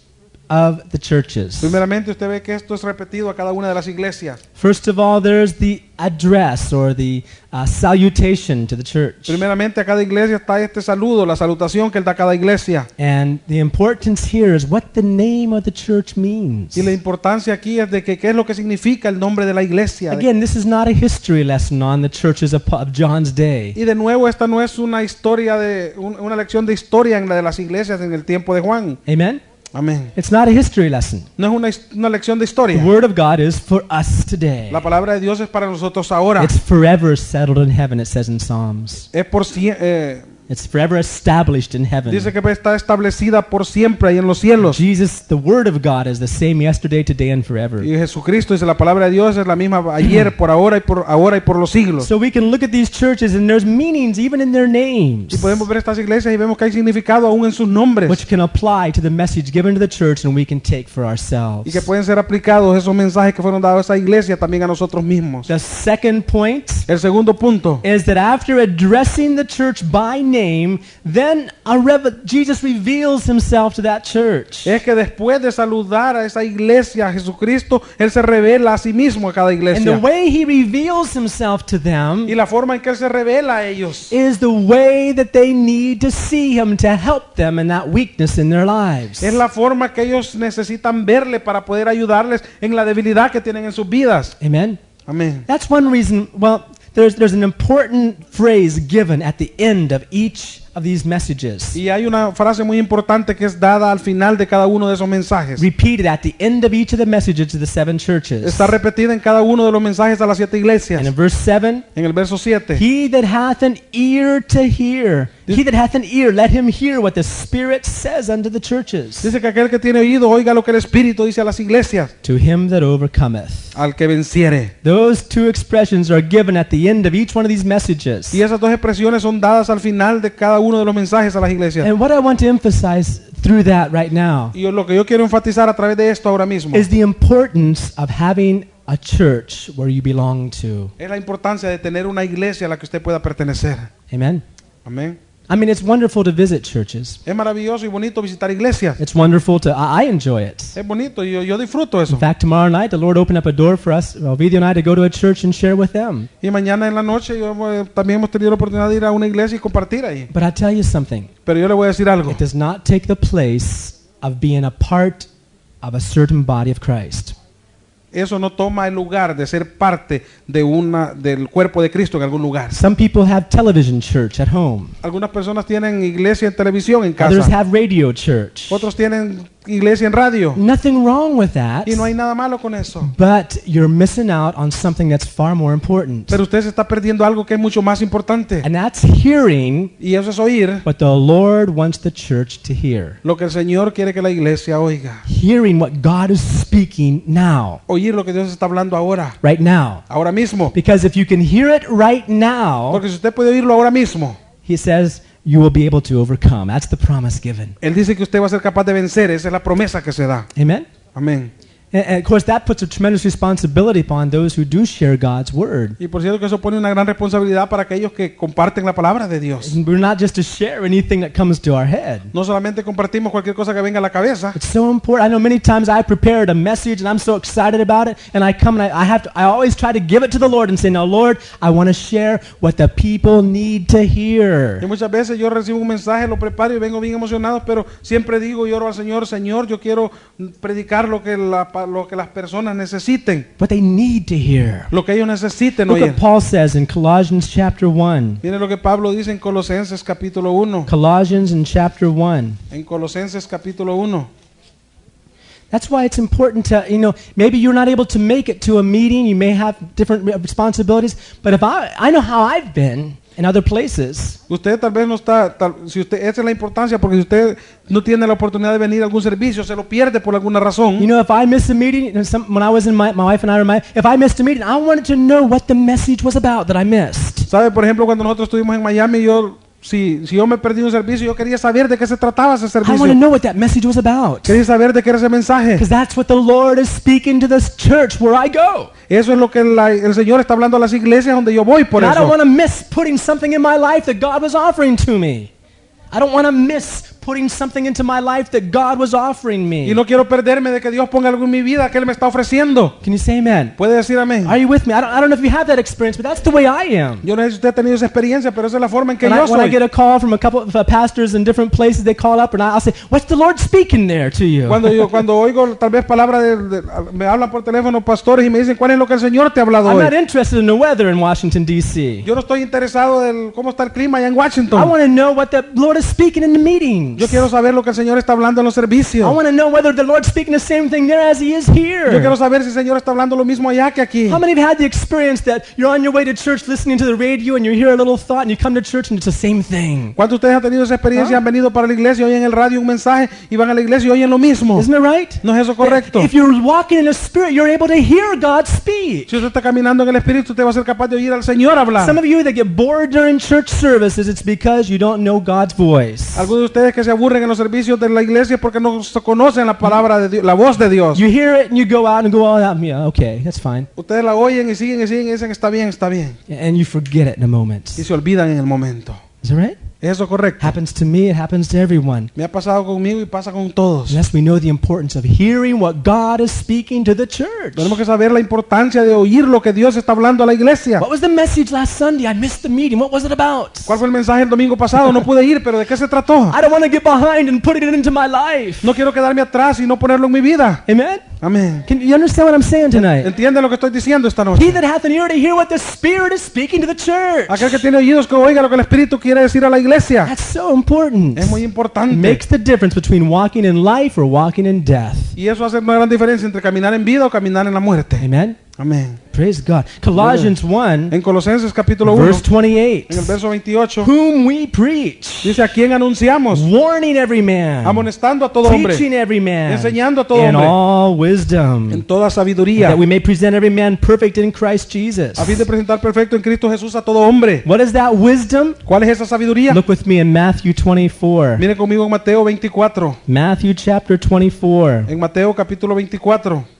S1: of the churches.
S2: Primeramente usted ve que esto es repetido a cada una de las iglesias.
S1: First of all, there's the address or the uh, salutation to the church.
S2: Primeramente a cada iglesia está este saludo, la salutación que él da a cada iglesia.
S1: And the importance here is what the name of the church means.
S2: Y la importancia aquí es de que qué es lo que significa el nombre de la iglesia.
S1: Again, this is not a history lesson on the churches of, of John's day.
S2: Y de nuevo esta no es una historia de un- una lección de historia en la de las iglesias en el tiempo de Juan.
S1: Amen?
S2: Amén.
S1: It's not a history lesson.
S2: No es una, his- una lección de
S1: The
S2: historia.
S1: Word of God is for us today.
S2: La palabra de Dios es para nosotros ahora.
S1: It's forever settled in heaven, it says in Psalms.
S2: Es por sie- eh,
S1: It's forever established in heaven.
S2: dice que está establecida por siempre ahí en los cielos.
S1: Jesus, the Word of God, is the same yesterday, today, and forever.
S2: Y Jesucristo dice la palabra de Dios es la misma ayer, por ahora y por ahora y por los siglos.
S1: So we can look at these churches and there's meanings even in their
S2: Y
S1: names,
S2: podemos ver estas iglesias y vemos que hay significado aún en sus nombres
S1: which can apply to the message given to the church and we can take for
S2: y que
S1: ourselves.
S2: pueden ser aplicados esos mensajes que fueron dados a esa iglesia también a nosotros mismos.
S1: The second point
S2: El segundo punto
S1: is that after addressing the church by name, then a rev- Jesus reveals himself to that church.
S2: es que después de saludar a esa iglesia, a Jesucristo, Él se revela a sí mismo a cada
S1: And the
S2: iglesia.
S1: way he reveals himself to them
S2: Y la forma en que Él se revela a ellos
S1: is the way that they need to see him to help them in that weakness in their lives.
S2: es la forma que ellos necesitan verle para poder ayudarles en la debilidad que tienen en sus vidas.
S1: Amen.
S2: Amén.
S1: That's one reason. Well, there's, there's an important phrase given at the end of each of these messages,
S2: Y hay una frase muy importante que es dada al final de cada uno de esos mensajes.
S1: repeated at the end of each of the messages to the seven churches.
S2: Está repetida en cada uno de los mensajes a las siete
S1: And in
S2: iglesias.
S1: verse 7,
S2: En el verso 7.
S1: he that hath an ear to hear, he that hath an ear, let him hear what the Spirit says unto the churches.
S2: Dice que aquel que tiene oído oiga lo que el Espíritu dice a las iglesias.
S1: To him that overcometh.
S2: Al que venciere.
S1: Those two expressions are given at the end of each one of these messages.
S2: Y esas dos expresiones son dadas al final de cada uno de los mensajes a las iglesias.
S1: And what I want to emphasize through that right now
S2: Y yo- lo que yo quiero enfatizar a través de esto ahora mismo
S1: is the importance of having a church where you belong to.
S2: es la importancia de tener una iglesia a la que usted pueda pertenecer.
S1: Amen.
S2: Amén.
S1: I mean, it's wonderful to visit churches.
S2: Es maravilloso y bonito visitar iglesias.
S1: It's wonderful to. I, I enjoy it.
S2: Es bonito y yo, yo disfruto
S1: In
S2: eso.
S1: fact, tomorrow night the Lord opened up a door for us, well, Video and I, to go to a church and share with them.
S2: Y mañana en la noche yo hemos- también hemos tenido la oportunidad de ir a una iglesia y compartir ahí.
S1: But I tell you something,
S2: Pero yo le voy a decir algo.
S1: it does not take the place of being a part of a certain body of Christ.
S2: Eso no toma el lugar de ser parte de una del cuerpo de Cristo en algún lugar.
S1: Some people have television church at home.
S2: Algunas personas tienen iglesia en televisión en
S1: Others
S2: casa.
S1: have radio church.
S2: Otros tienen iglesia en radio.
S1: Nothing wrong with that.
S2: Y no hay nada malo con eso.
S1: But you're missing out on something that's far more important.
S2: Pero usted se está perdiendo algo que es mucho más importante.
S1: And that's hearing
S2: Y eso es oír
S1: what the Lord wants the church to hear.
S2: lo que el Señor quiere que la iglesia oiga.
S1: Hearing what God is speaking now,
S2: Oír lo que Dios está hablando ahora.
S1: right now.
S2: Ahora mismo.
S1: Because if you can hear it right now,
S2: Porque si usted puede oírlo ahora mismo,
S1: he says you will be able to overcome. That's the promise given.
S2: Él dice que usted va a ser capaz de vencer. Esa es la promesa que se da.
S1: Amen?
S2: Amén.
S1: And, and of course, that puts a tremendous responsibility upon those who do share God's word.
S2: Y por cierto que eso pone una gran responsabilidad para aquellos que comparten la palabra de Dios.
S1: We're not just to share anything that comes to our head.
S2: No solamente compartimos cualquier cosa que venga a la cabeza,
S1: It's so important. I know many times I prepared a message and I'm so excited about it, and I come and I, I have to. I always try to give it to the Lord and say, "Now, Lord, I want to share what the people need to
S2: Y
S1: hear."
S2: muchas veces yo recibo un mensaje, lo preparo y vengo bien emocionado, pero siempre digo y oro al Señor, Señor, yo quiero predicar lo que, la- pa- lo que las personas necesiten,
S1: What they need to hear.
S2: lo que ellos necesiten
S1: Look
S2: oír.
S1: what Paul says in Colossians chapter one.
S2: Miren lo que Pablo dice en Colosenses capítulo 1.
S1: Colossians in chapter one.
S2: En Colosenses capítulo 1.
S1: That's why it's important to, you know, maybe you're not able to make it to a meeting. You may have different re- responsibilities. But if I, I know how I've been in other places.
S2: Usted tal vez no está, tal- si usted, esa es la importancia, porque si usted no tiene la oportunidad de venir a algún servicio, se lo pierde por alguna
S1: You
S2: razón.
S1: know, if I miss a meeting, you know, some, when I was in my, my wife and I were in my, if I missed a meeting, I wanted to know what the message was about that I missed.
S2: ¿Sabe? Por ejemplo, cuando nosotros estuvimos en Miami, yo, si, si yo me perdí un servicio, yo quería saber de qué se trataba ese
S1: I want to
S2: servicio.
S1: know what that message was about.
S2: Quería saber de qué era ese mensaje.
S1: Because that's what the Lord is speaking to this church where I go.
S2: Eso es lo que la- el Señor está hablando a las iglesias donde yo voy por
S1: And I don't
S2: eso.
S1: want to miss putting something in my life that God was offering to me. I don't want to miss putting something into my life that God was offering me.
S2: Y no quiero perderme de que Dios ponga algo en mi vida que Él me está ofreciendo.
S1: Can you say amen?
S2: Puede decir amén.
S1: Are you with me? I don't, I don't know if you have that experience, but that's the way I am.
S2: Yo no sé si usted ha tenido esa experiencia, pero esa es la forma en que
S1: When I,
S2: yo
S1: when I get
S2: soy.
S1: a call from a couple of uh, pastors in different places, they call up and I- I'll say, What's the Lord speaking there to you?
S2: Cuando yo cuando oigo tal vez palabras de, de- me hablan por teléfono pastores y me dicen cuál es lo que el Señor te ha hablado
S1: I'm not
S2: hoy.
S1: interested in the weather in Washington, D.C.
S2: Yo no estoy interesado del cómo está el clima allá en
S1: I
S2: Washington.
S1: want to know what the Lord is speaking in the meetings.
S2: Yo quiero saber lo que el Señor está hablando en los
S1: I
S2: servicios.
S1: want to know whether the Lord's speaking the same thing there as He is here.
S2: Yo quiero saber si el Señor está hablando lo mismo allá que aquí.
S1: How many have had the experience that you're on your way to church listening to the radio and you hear a little thought and you come to church and it's the same thing?
S2: ¿Cuántos de ustedes han tenido esa experiencia? y Han venido para la iglesia, oyen el radio un mensaje y van a la iglesia y oyen lo mismo.
S1: Isn't it right?
S2: ¿No es eso Oh. correcto?
S1: If you're walking in the Spirit, you're able to hear God speak.
S2: Si usted está caminando en el Espíritu, usted va a ser capaz de oír al Señor
S1: Some
S2: hablar.
S1: of you that get bored during church services, it's because you don't know God's voice.
S2: Algunos de ustedes que se aburren en los servicios de la iglesia porque no se conocen la palabra de Dios, la voz de Dios.
S1: You hear it and you go out and go, oh, that- yeah, okay, that's fine.
S2: Ustedes la oyen y siguen y siguen y dicen está bien, está bien.
S1: And you forget it in a moment.
S2: Y se olvidan en el momento.
S1: Is that right?
S2: ¿Es eso correcto?
S1: Happens to me, it happens to everyone.
S2: Me ha pasado conmigo y pasa con todos.
S1: Unless we know the importance of hearing what God is speaking to the church.
S2: Tenemos que saber la importancia de oír lo que Dios está hablando a la iglesia.
S1: What was the message last Sunday? I missed the meeting. What was it about?
S2: ¿Cuál fue el mensaje el domingo pasado? No pude ir, pero ¿de qué se trató?
S1: I don't want to get behind and putting it into my life.
S2: No quiero quedarme atrás y no ponerlo en mi vida.
S1: Amen?
S2: Amén.
S1: Can you understand what I'm saying tonight?
S2: ¿Entiende lo que estoy diciendo esta noche?
S1: He that hath an ear to hear what the Spirit is speaking to the church.
S2: Aquel que tiene oídos que oiga lo que el Espíritu quiere decir a la iglesia.
S1: That's so important.
S2: Es muy importante.
S1: Makes the difference between walking in life or walking in death.
S2: Y eso hace una gran diferencia entre caminar en vida o caminar en la muerte.
S1: Amen?
S2: Amén.
S1: Praise God. Colossians 1,
S2: En Colosenses capítulo 1,
S1: verse
S2: en el
S1: 28.
S2: verso 28,
S1: Whom we preach,
S2: dice a quién anunciamos,
S1: warning every man,
S2: amonestando a todo hombre,
S1: teaching every man,
S2: enseñando a todo
S1: in
S2: hombre,
S1: all wisdom.
S2: en toda sabiduría,
S1: that we may present every man perfect in Christ Jesus.
S2: a fin de presentar perfecto en Cristo Jesús a todo hombre.
S1: What is that wisdom?
S2: ¿Cuál es esa sabiduría?
S1: Look with me in Matthew 24.
S2: Mire conmigo en Mateo 24,
S1: Matthew chapter 24.
S2: en Mateo capítulo 24.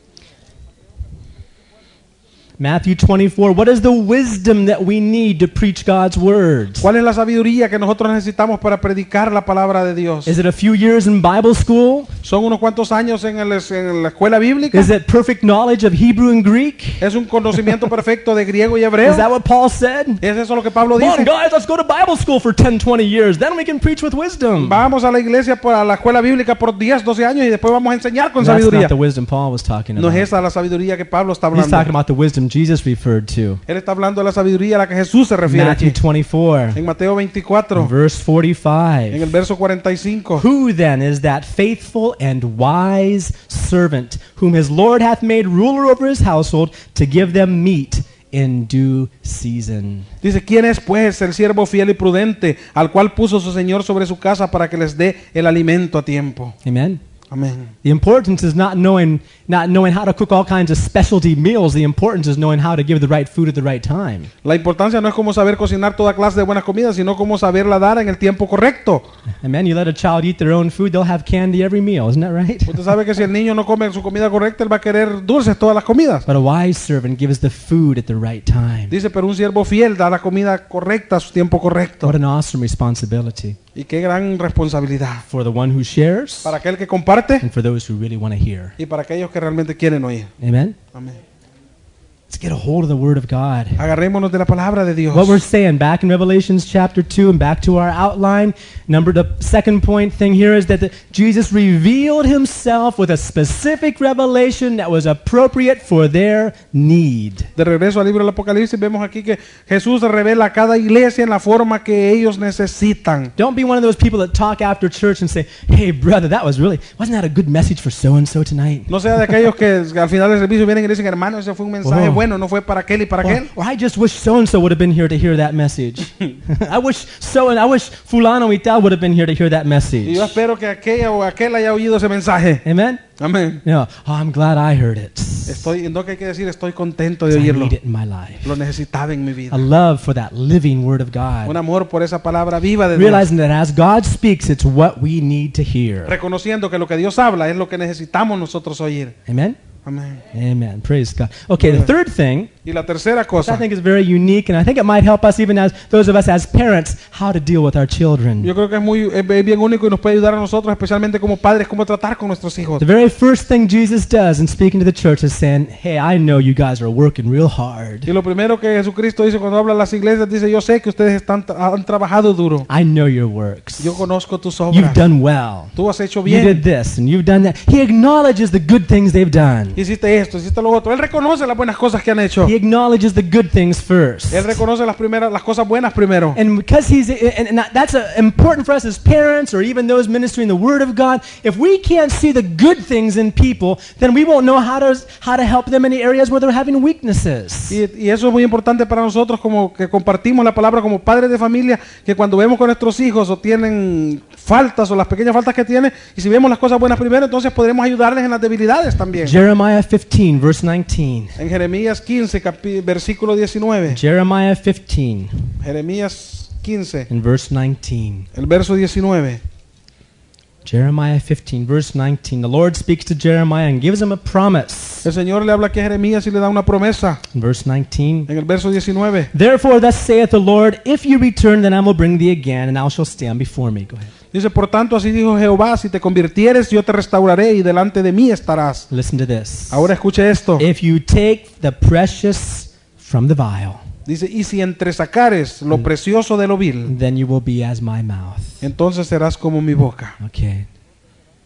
S1: Matthew 24. What is the wisdom that we need to preach God's words?
S2: ¿Cuál es la sabiduría que nosotros necesitamos para predicar la palabra de Dios?
S1: Is it a few years in Bible school?
S2: ¿Son unos cuantos años en, el- en la escuela bíblica?
S1: Is it perfect knowledge of Hebrew and Greek?
S2: ¿Es un conocimiento perfecto de griego y
S1: Is that
S2: hebreo?
S1: what Paul said?
S2: ¿Es eso lo que Pablo
S1: Come on,
S2: dice?
S1: guys, let's go to Bible school for 10, 20 years. Then we can preach with wisdom.
S2: Vamos a la iglesia, por- a la escuela bíblica por 10, 12 años y después vamos a enseñar con
S1: That's
S2: sabiduría.
S1: not the wisdom Paul was talking
S2: No es
S1: about.
S2: esa la sabiduría que Pablo está
S1: He's talking
S2: hablando.
S1: about the wisdom Jesus referred to.
S2: Él está hablando de la sabiduría a la que Jesús se refiere
S1: Matthew
S2: aquí.
S1: 24.
S2: En Mateo 24,
S1: Verse
S2: en
S1: 45.
S2: el verso 45.
S1: Who then is that faithful and wise servant whom his Lord hath made ruler over his household to give them meat in due season?
S2: Dice, ¿quién es pues el siervo fiel y prudente al cual puso su Señor sobre su casa para que les dé el alimento a tiempo?
S1: Amen.
S2: Amén.
S1: The importance is not knowing, not knowing how to cook all kinds of specialty meals. The importance is knowing how to give the right food at the right time.
S2: La importancia no es cómo saber cocinar toda clase de buenas comidas, sino cómo saberla dar en el tiempo correcto.
S1: Amen. You let a child eat their own food, they'll have candy every meal. Isn't that right?
S2: Usted sabe que si el niño no come su comida correcta, él va a querer dulces todas las comidas.
S1: But a wise servant gives the food at the right time.
S2: Dice, pero un siervo fiel da la comida correcta a su tiempo correcto.
S1: What an awesome responsibility
S2: Y qué gran responsabilidad.
S1: for the one who shares
S2: Para aquel que comparte
S1: and for those who really want to hear.
S2: y para aquellos que realmente quieren oír.
S1: Amen.
S2: Amén.
S1: Let's get a hold of the Word of God.
S2: Agarrémonos de la palabra de
S1: What we're
S2: Dios.
S1: saying back in Revelations chapter 2 and back to our outline, number the second point thing here is that the, Jesus revealed himself with a specific revelation that was appropriate for their need.
S2: De regreso al libro del Apocalipsis vemos aquí que Jesús revela a cada iglesia en la forma que ellos necesitan.
S1: Don't be one of those people that talk after church and say, "Hey brother, that was really wasn't that a good message for so and so tonight?"
S2: No sea de aquellos que al final del servicio vienen y dicen, hermano, ese fue un mensaje
S1: Oh.
S2: bueno, no fue para aquel y para
S1: Or,
S2: aquel.
S1: or I just wish so and so would have been here to hear that message. I wish so and I wish fulano y tal would have been here to hear that
S2: Y
S1: message.
S2: yo espero que aquella o aquel haya oído ese mensaje.
S1: Amen.
S2: Amén.
S1: No, oh, I'm glad I heard it.
S2: Estoy, no que hay que decir, estoy contento de
S1: I
S2: oírlo.
S1: need it in my life.
S2: Lo necesitaba en mi
S1: A
S2: vida.
S1: love for that living Word of
S2: Un
S1: God.
S2: amor por esa palabra viva de Dios.
S1: Realizing that as God speaks, it's what we need to hear.
S2: Reconociendo que lo que Dios habla es lo que necesitamos nosotros oír.
S1: Amen?
S2: Amén.
S1: Amen. Praise God. Okay, the third thing
S2: Y la tercera
S1: which I
S2: cosa,
S1: think is very unique, and I think it might help us, even as those of us as parents, how to deal with our children.
S2: yo creo que es muy es es bien único y nos puede ayudar a nosotros, especialmente como padres, cómo tratar con nuestros hijos.
S1: The very first thing Jesus does in speaking to the church is saying, Hey, I know you guys are working real hard.
S2: Y lo primero que Jesucristo dice cuando habla a las iglesias, dice, yo sé que ustedes están, han trabajado duro.
S1: I know your works.
S2: Yo conozco tus
S1: You've
S2: obras.
S1: done well.
S2: Tú has hecho
S1: You did
S2: bien.
S1: this and you've done that. He acknowledges the good things they've done.
S2: Hiciste esto, hiciste lo otro. Él reconoce las buenas cosas que han hecho.
S1: He acknowledges the good things first.
S2: Él reconoce las primeras, las cosas buenas primero.
S1: And because he's, and and that- that's uh, important for us as parents or even those ministering the Word of God, if we can't see the good things in people, then we won't know how to, how to help them in the areas where they're having weaknesses.
S2: Y, y eso es muy importante para nosotros como que compartimos la palabra como padres de familia, que cuando vemos con nuestros hijos o tienen faltas o las pequeñas faltas que tienen, y si vemos las cosas buenas primero, entonces podremos ayudarles en las debilidades también.
S1: Jeremiah 15, verse 19.
S2: En Jeremías 15, capi- versículo 19.
S1: Jeremiah 15
S2: Jeremías 15,
S1: and verse 19.
S2: el verso 19.
S1: Jeremiah 15, verse 19. The Lord speaks to Jeremiah and gives him a promise.
S2: El Señor le habla aquí a Jeremías y le da una promesa
S1: In verse 19.
S2: en el verso 19.
S1: Therefore, thus saith the Lord, if you return, then I will bring thee again, and thou shalt stand before me. Go ahead.
S2: Dice, por tanto, así dijo Jehová, si te convirtieres, yo te restauraré y delante de mí estarás.
S1: Listen to this.
S2: Ahora escuche esto.
S1: If you take the precious from the vial,
S2: Dice, y si entresacares lo precioso de lo vil,
S1: then you will be as my mouth.
S2: entonces serás como mi boca.
S1: Okay.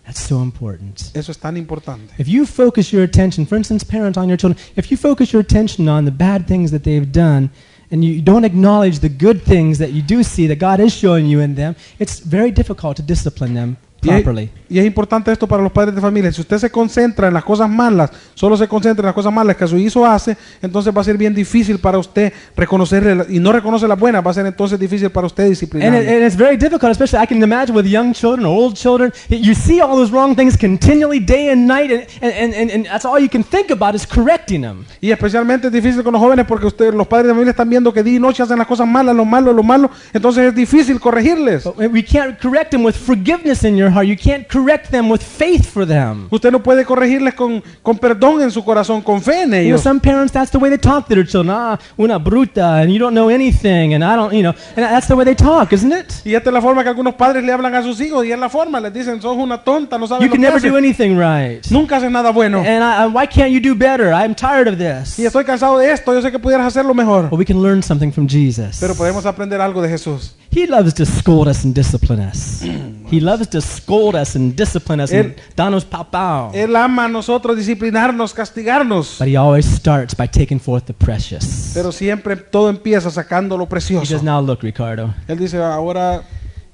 S1: That's so important.
S2: Eso es tan importante.
S1: If you focus your attention, for instance, parents on your children, if you focus your attention on the bad things that they've done, and you don't acknowledge the good things that you do see that God is showing you in them, it's very difficult to discipline them
S2: Y es,
S1: properly.
S2: y es importante esto para los padres de familia. Si usted se concentra en las cosas malas, solo se concentra en las cosas malas que su hijo hace, entonces va a ser bien difícil para usted reconocerle la- y no reconoce las buenas, va a ser entonces difícil para usted
S1: And, it,
S2: disciplinar.
S1: and it's very difficult, especially I can imagine with young children or old children. that You see all those wrong things continually, day and night, and, and, and- and, and that's all you can think about is correcting them.
S2: Y especialmente es difícil con los jóvenes porque usted, los padres de familia están viendo que día y noche hacen las cosas malas, lo malo, lo malo, entonces es difícil corregirles.
S1: But we can't correct them with forgiveness in your heart. You can't correct them with faith for them.
S2: Usted no puede corregirles con, con perdón en su corazón, con fe
S1: You
S2: en
S1: know,
S2: ellos.
S1: some parents, that's the way they talk to their children. Ah, una bruta, and you don't know anything, and I don't, you know, and that's the way they talk, isn't it?
S2: Y esta es la forma que algunos padres le hablan a sus hijos y es la forma, les dicen, sos una tonta, no sabes
S1: You
S2: lo
S1: can
S2: que
S1: never
S2: haces.
S1: do anything right.
S2: Nunca haces nada bueno.
S1: And I, I- why can't you do better? I'm tired of this.
S2: Y estoy cansado de esto, yo sé que pudieras hacerlo mejor.
S1: Well, we can learn something from Jesus.
S2: Pero podemos aprender algo de Jesús.
S1: He loves to scold us and discipline us. he loves to scold us and discipline us and danos papao.
S2: Él ama a nosotros, disciplinarnos, castigarnos.
S1: But he always starts by taking forth the precious.
S2: Pero siempre todo empieza sacando lo
S1: He
S2: precioso.
S1: says, now look, Ricardo,
S2: Él dice, ahora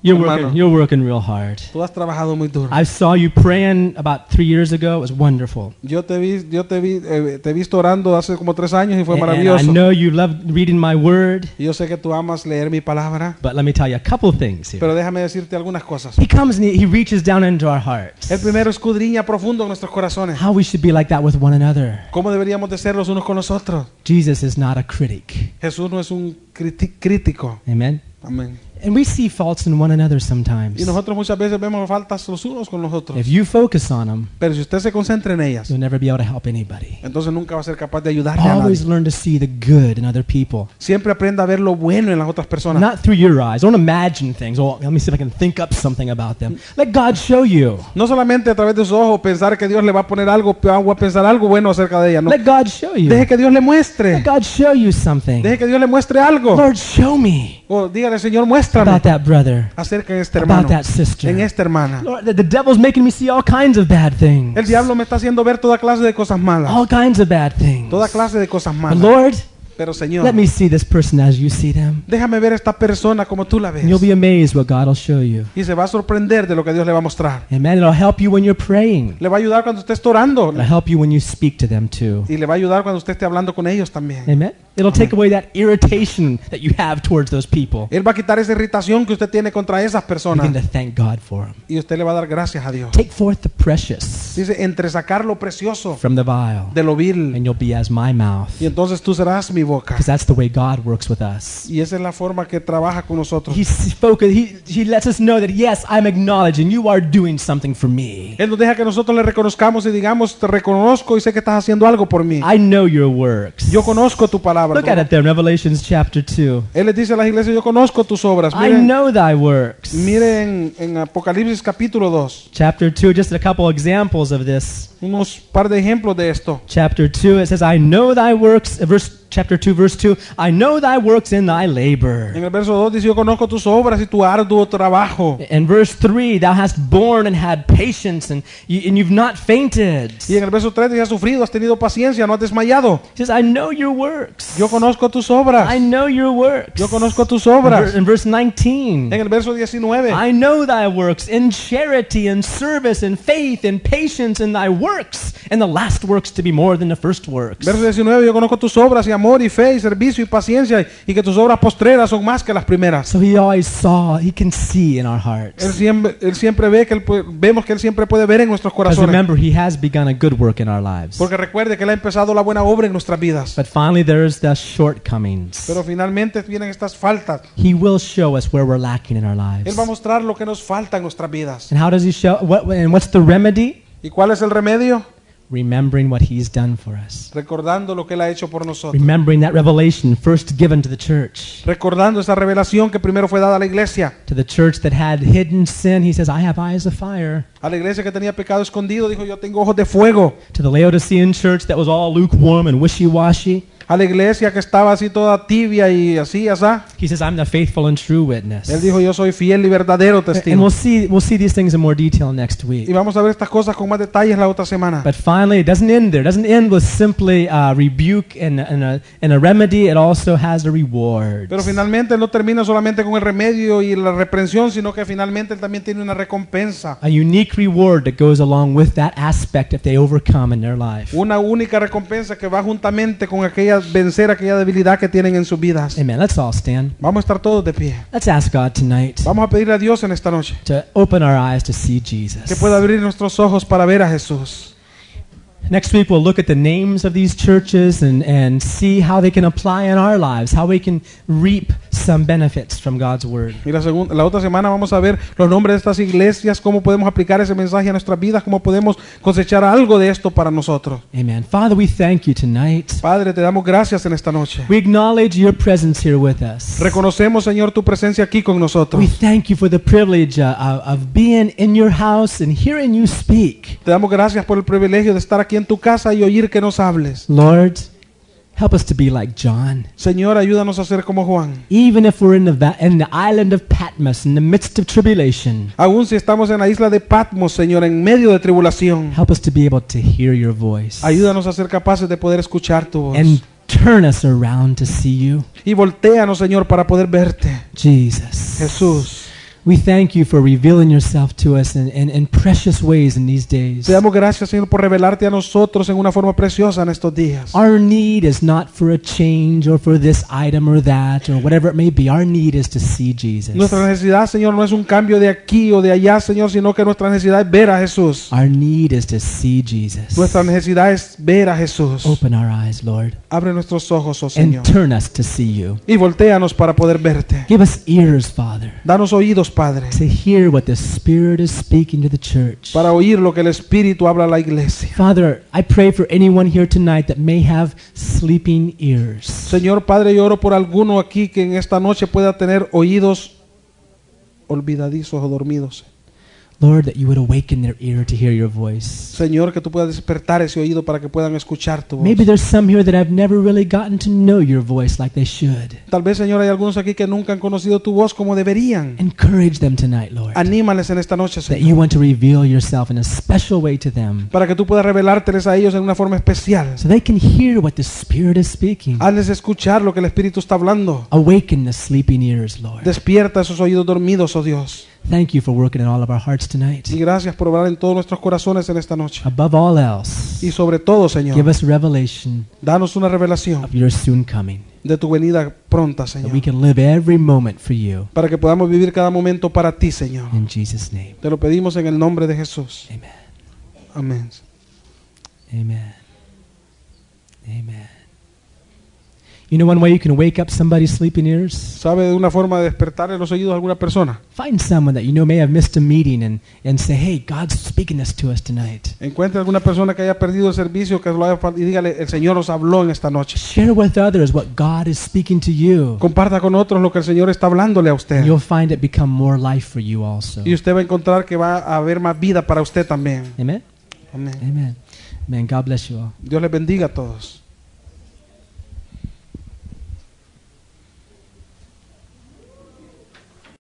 S1: You're
S2: hermano.
S1: working, you're working real hard.
S2: Tú has trabajado muy duro.
S1: I saw you praying about three years ago. It was wonderful.
S2: Yo te vi, yo te vi, eh, te he visto orando hace como tres años y fue
S1: And- and I
S2: maravilloso.
S1: know you love reading my word,
S2: Y yo sé que tú amas leer mi palabra,
S1: but let me tell you a couple things here.
S2: pero déjame decirte algunas cosas.
S1: He comes and he he reaches down into our hearts.
S2: El primero escudriña profundo en nuestros corazones.
S1: How we should be like that with one another.
S2: ¿Cómo deberíamos de ser los unos con los otros?
S1: Jesus is not a critic.
S2: Jesús no es un criti- crítico.
S1: Amen.
S2: Amén.
S1: And we see faults in one another
S2: Y
S1: sometimes.
S2: nosotros muchas veces vemos faltas los unos con los otros.
S1: If you focus on them,
S2: Pero si usted se concentra en ellas,
S1: you'll never be able to help anybody.
S2: entonces nunca va a ser capaz de ayudarle a
S1: Always
S2: nadie.
S1: learn to see the good in other people.
S2: Siempre aprenda a ver lo bueno en las otras personas.
S1: Not through your eyes. Don't imagine things. Oh, let me see if I can think up something about them. Let God show you.
S2: No solamente a través de sus ojos pensar que Dios le va a poner algo, ah, voy a pensar algo bueno acerca de ella. No.
S1: Let God show you.
S2: Deje que Dios le muestre.
S1: Let God show you something.
S2: Deje que Dios le muestre algo.
S1: Lord, show me
S2: O dígale, Señor, muéstrame
S1: about that brother,
S2: acerca de este
S1: about
S2: hermano,
S1: that
S2: en
S1: sister.
S2: esta hermana.
S1: Lord, the, the devil's making me see all kinds of bad things.
S2: El diablo me está haciendo ver toda clase de cosas malas.
S1: All kinds of bad things.
S2: Toda clase de cosas
S1: But
S2: malas.
S1: Lord,
S2: Pero Señor,
S1: let me see this person as you see them.
S2: déjame ver esta persona como tú la ves.
S1: And you'll be amazed what God will show you.
S2: Y se va a sorprender de lo que Dios le va a mostrar.
S1: Amen. It'll help you when you're praying.
S2: Le va a ayudar cuando usted esté orando.
S1: It'll help you when you speak to them too.
S2: Y le va a ayudar cuando usted esté hablando con ellos también.
S1: Amen. It'll take away that irritation that you have towards those people.
S2: Él va a quitar esa irritación que usted tiene contra
S1: Begin
S2: esas
S1: to
S2: personas.
S1: thank God for them.
S2: Y usted le va a dar gracias a Dios.
S1: Take forth the precious
S2: Dice, entre sacar lo precioso
S1: from the vile,
S2: de lo vil.
S1: and you'll be as my mouth.
S2: Y entonces tú serás mi boca.
S1: Because that's the way God works with us.
S2: Y esa es la forma que trabaja con nosotros.
S1: He's focused, he, he lets us know that, yes, I'm acknowledging you are doing something for me.
S2: Él nos deja que nosotros le reconozcamos y digamos, te reconozco y sé que estás haciendo algo por mí.
S1: I know your works.
S2: Yo conozco tu palabra.
S1: Look at it there in Revelations chapter 2.
S2: Él les dice a las iglesias, yo conozco tus obras.
S1: I
S2: Miren,
S1: know thy works.
S2: miren en Apocalipsis capítulo 2,
S1: Chapter 2, just a couple examples of this.
S2: unos par de ejemplos de esto.
S1: Chapter 2, it says, I know thy works, uh, verse, chapter 2, verse 2, I know thy works in thy labor.
S2: En el verso 2 dice, yo conozco tus obras y tu arduo trabajo.
S1: And verse 3, thou hast borne and had patience, and, you, and you've not fainted.
S2: Y en el verso 3 dice, has sufrido, has tenido paciencia, no has desmayado.
S1: He says, I know your works.
S2: Yo conozco tus obras.
S1: I know your works.
S2: Yo conozco tus
S1: In ver-
S2: obras.
S1: In verse 19,
S2: En el verso 19.
S1: I know thy works in charity and service and faith and patience in thy works, and the last works to be more than the first works.
S2: Verso 19, yo conozco tus obras y amor y fe y servicio y paciencia y que tus obras postreras son más que las primeras.
S1: So he always saw, he can see in our
S2: Él
S1: hearts.
S2: siempre, él siempre ve que él puede- vemos que él siempre puede ver en nuestros
S1: Because
S2: corazones.
S1: remember, he has begun a good work in our lives.
S2: Porque recuerde que él ha empezado la buena obra en nuestras vidas.
S1: But finally, there is the shortcomings.
S2: Pero finalmente vienen estas faltas.
S1: He will show us where we're lacking in our
S2: Él
S1: lives.
S2: va a mostrar lo que nos falta en nuestras vidas.
S1: And how does he show? What, and what's the remedy?
S2: ¿Y cuál es el remedio?
S1: Remembering what he's done for us.
S2: Recordando lo que él ha hecho por nosotros.
S1: Remembering that revelation first given to the church.
S2: Recordando esa revelación que primero fue dada a la iglesia.
S1: To the church that had hidden sin, he says, I have eyes of fire.
S2: A la iglesia que tenía pecado escondido, dijo, yo tengo ojos de fuego.
S1: To the Laodicean church that was all lukewarm and wishy washy,
S2: A la iglesia que estaba así toda tibia y así, asá.
S1: he says, I'm the faithful and true witness.
S2: Él dijo, yo soy fiel y verdadero
S1: And
S2: testigo.
S1: we'll see, we'll see these things in more detail next
S2: Y
S1: week.
S2: vamos a ver estas cosas con más detalles la otra semana.
S1: But finally, it doesn't end there. It doesn't end with simply uh, rebuke and, and, a, and a remedy. It also has a reward.
S2: Pero finalmente no termina solamente con el remedio y la reprensión, sino que finalmente él también tiene una recompensa.
S1: A unique reward that goes along with that aspect if they overcome in their life.
S2: Una única recompensa que va juntamente con aquella vencer aquella debilidad que tienen en sus vidas.
S1: Amen. Let's all stand.
S2: Vamos a estar todos de pie.
S1: Let's ask God tonight
S2: Vamos a pedirle a Dios en esta noche
S1: to open our eyes to see
S2: que
S1: Jesus.
S2: pueda abrir nuestros ojos para ver a Jesús.
S1: Next week, we'll look at the names of these churches and, and see how they can apply in our lives, how we can reap some benefits from God's word.
S2: Y la, segun- la otra semana vamos a ver los nombres de estas iglesias, cómo podemos aplicar ese mensaje a nuestras vidas, cómo podemos cosechar algo de esto para nosotros.
S1: Amen. Father, we thank you tonight.
S2: Padre, te damos gracias en esta noche.
S1: We acknowledge your presence here with us.
S2: Reconocemos, Señor, tu presencia aquí con
S1: We
S2: nosotros.
S1: thank you for the privilege uh, of of being in your house and hearing you speak.
S2: Te damos gracias por el privilegio de estar aquí en tu casa y oír que nos hables.
S1: Lord, help us to be like John.
S2: Señor, ayúdanos a ser como Juan.
S1: Even if we're in the, va- in the island of Patmos, in the midst of tribulation,
S2: Aún si estamos en la isla de Patmos, Señor, en medio de tribulación,
S1: help us to be able to hear your voice
S2: ayúdanos a ser capaces de poder escuchar tu voz.
S1: and turn us around to see you.
S2: Y volteanos, Señor, para poder verte.
S1: Jesus.
S2: Jesús,
S1: We thank you for revealing yourself to us in, in, in precious ways in these days.
S2: Te damos gracias, Señor, por revelarte a nosotros en una forma preciosa en estos días.
S1: Our need is not for a change or for this item or that or whatever it may be. Our need is to see Jesus.
S2: Nuestra necesidad, Señor, no es un cambio de aquí o de allá, Señor, sino que nuestra necesidad es ver a Jesús.
S1: Our need is to see Jesus.
S2: Nuestra necesidad es ver a Jesús.
S1: Open our eyes, Lord,
S2: Abre nuestros ojos, oh Señor,
S1: and turn us to see you.
S2: y voltéanos para poder verte.
S1: Give us ears, Father,
S2: Danos oídos, Padre,
S1: to hear what the Spirit is speaking to the church.
S2: para oír lo que el Espíritu habla a la iglesia.
S1: Father, I pray for anyone here tonight that may have sleeping ears.
S2: Señor Padre, yo oro por alguno aquí que en esta noche pueda tener oídos olvidadizos o dormidos.
S1: Lord, that you would awaken their ear to hear your voice.
S2: Señor, que tú puedas despertar ese oído para que puedan escuchar tu voz.
S1: Maybe there's some here that have never really gotten to know your voice like they should.
S2: Tal vez, Señor, hay algunos aquí que nunca han conocido tu voz como deberían.
S1: Encourage them tonight, Lord,
S2: Anímales en esta noche,
S1: that
S2: Señor,
S1: you want to reveal yourself in a special way to them
S2: para que tú puedas revelárteles a ellos en una forma especial.
S1: so they can hear what the Spirit is speaking.
S2: Hazles escuchar lo que el Espíritu está hablando.
S1: Awaken the sleeping ears, Lord.
S2: Despierta esos oídos dormidos, oh Dios.
S1: Thank you for working in all of our hearts tonight.
S2: Y gracias por obrar en todos nuestros corazones en esta noche.
S1: Above all else,
S2: Y sobre todo,
S1: give
S2: Señor,
S1: us revelation
S2: danos una revelación
S1: of your soon coming.
S2: de tu venida pronta,
S1: that we
S2: Señor,
S1: can live every moment for you.
S2: para que podamos vivir cada momento para ti, Señor.
S1: In Jesus' name,
S2: Te lo pedimos en el nombre de Jesús.
S1: amen.
S2: Amén.
S1: Amen. Amen. You know one way you can wake up somebody's sleeping ears?
S2: ¿Sabe de una forma de despertarle los oídos a alguna persona?
S1: Find someone that you know may have missed a meeting and, and say, hey, God's speaking this to us tonight.
S2: Encuentre alguna persona que haya perdido el servicio que lo haya fal- y dígale, el Señor nos habló en esta noche.
S1: Share with others what God is speaking to you.
S2: Comparta con otros lo que el Señor está hablándole a usted.
S1: And you'll find it become more life for you also.
S2: Y usted va a encontrar que va a haber más vida para usted también.
S1: Amen?
S2: Amén.
S1: Amen. Amen. God bless you all.
S2: Dios les bendiga a todos.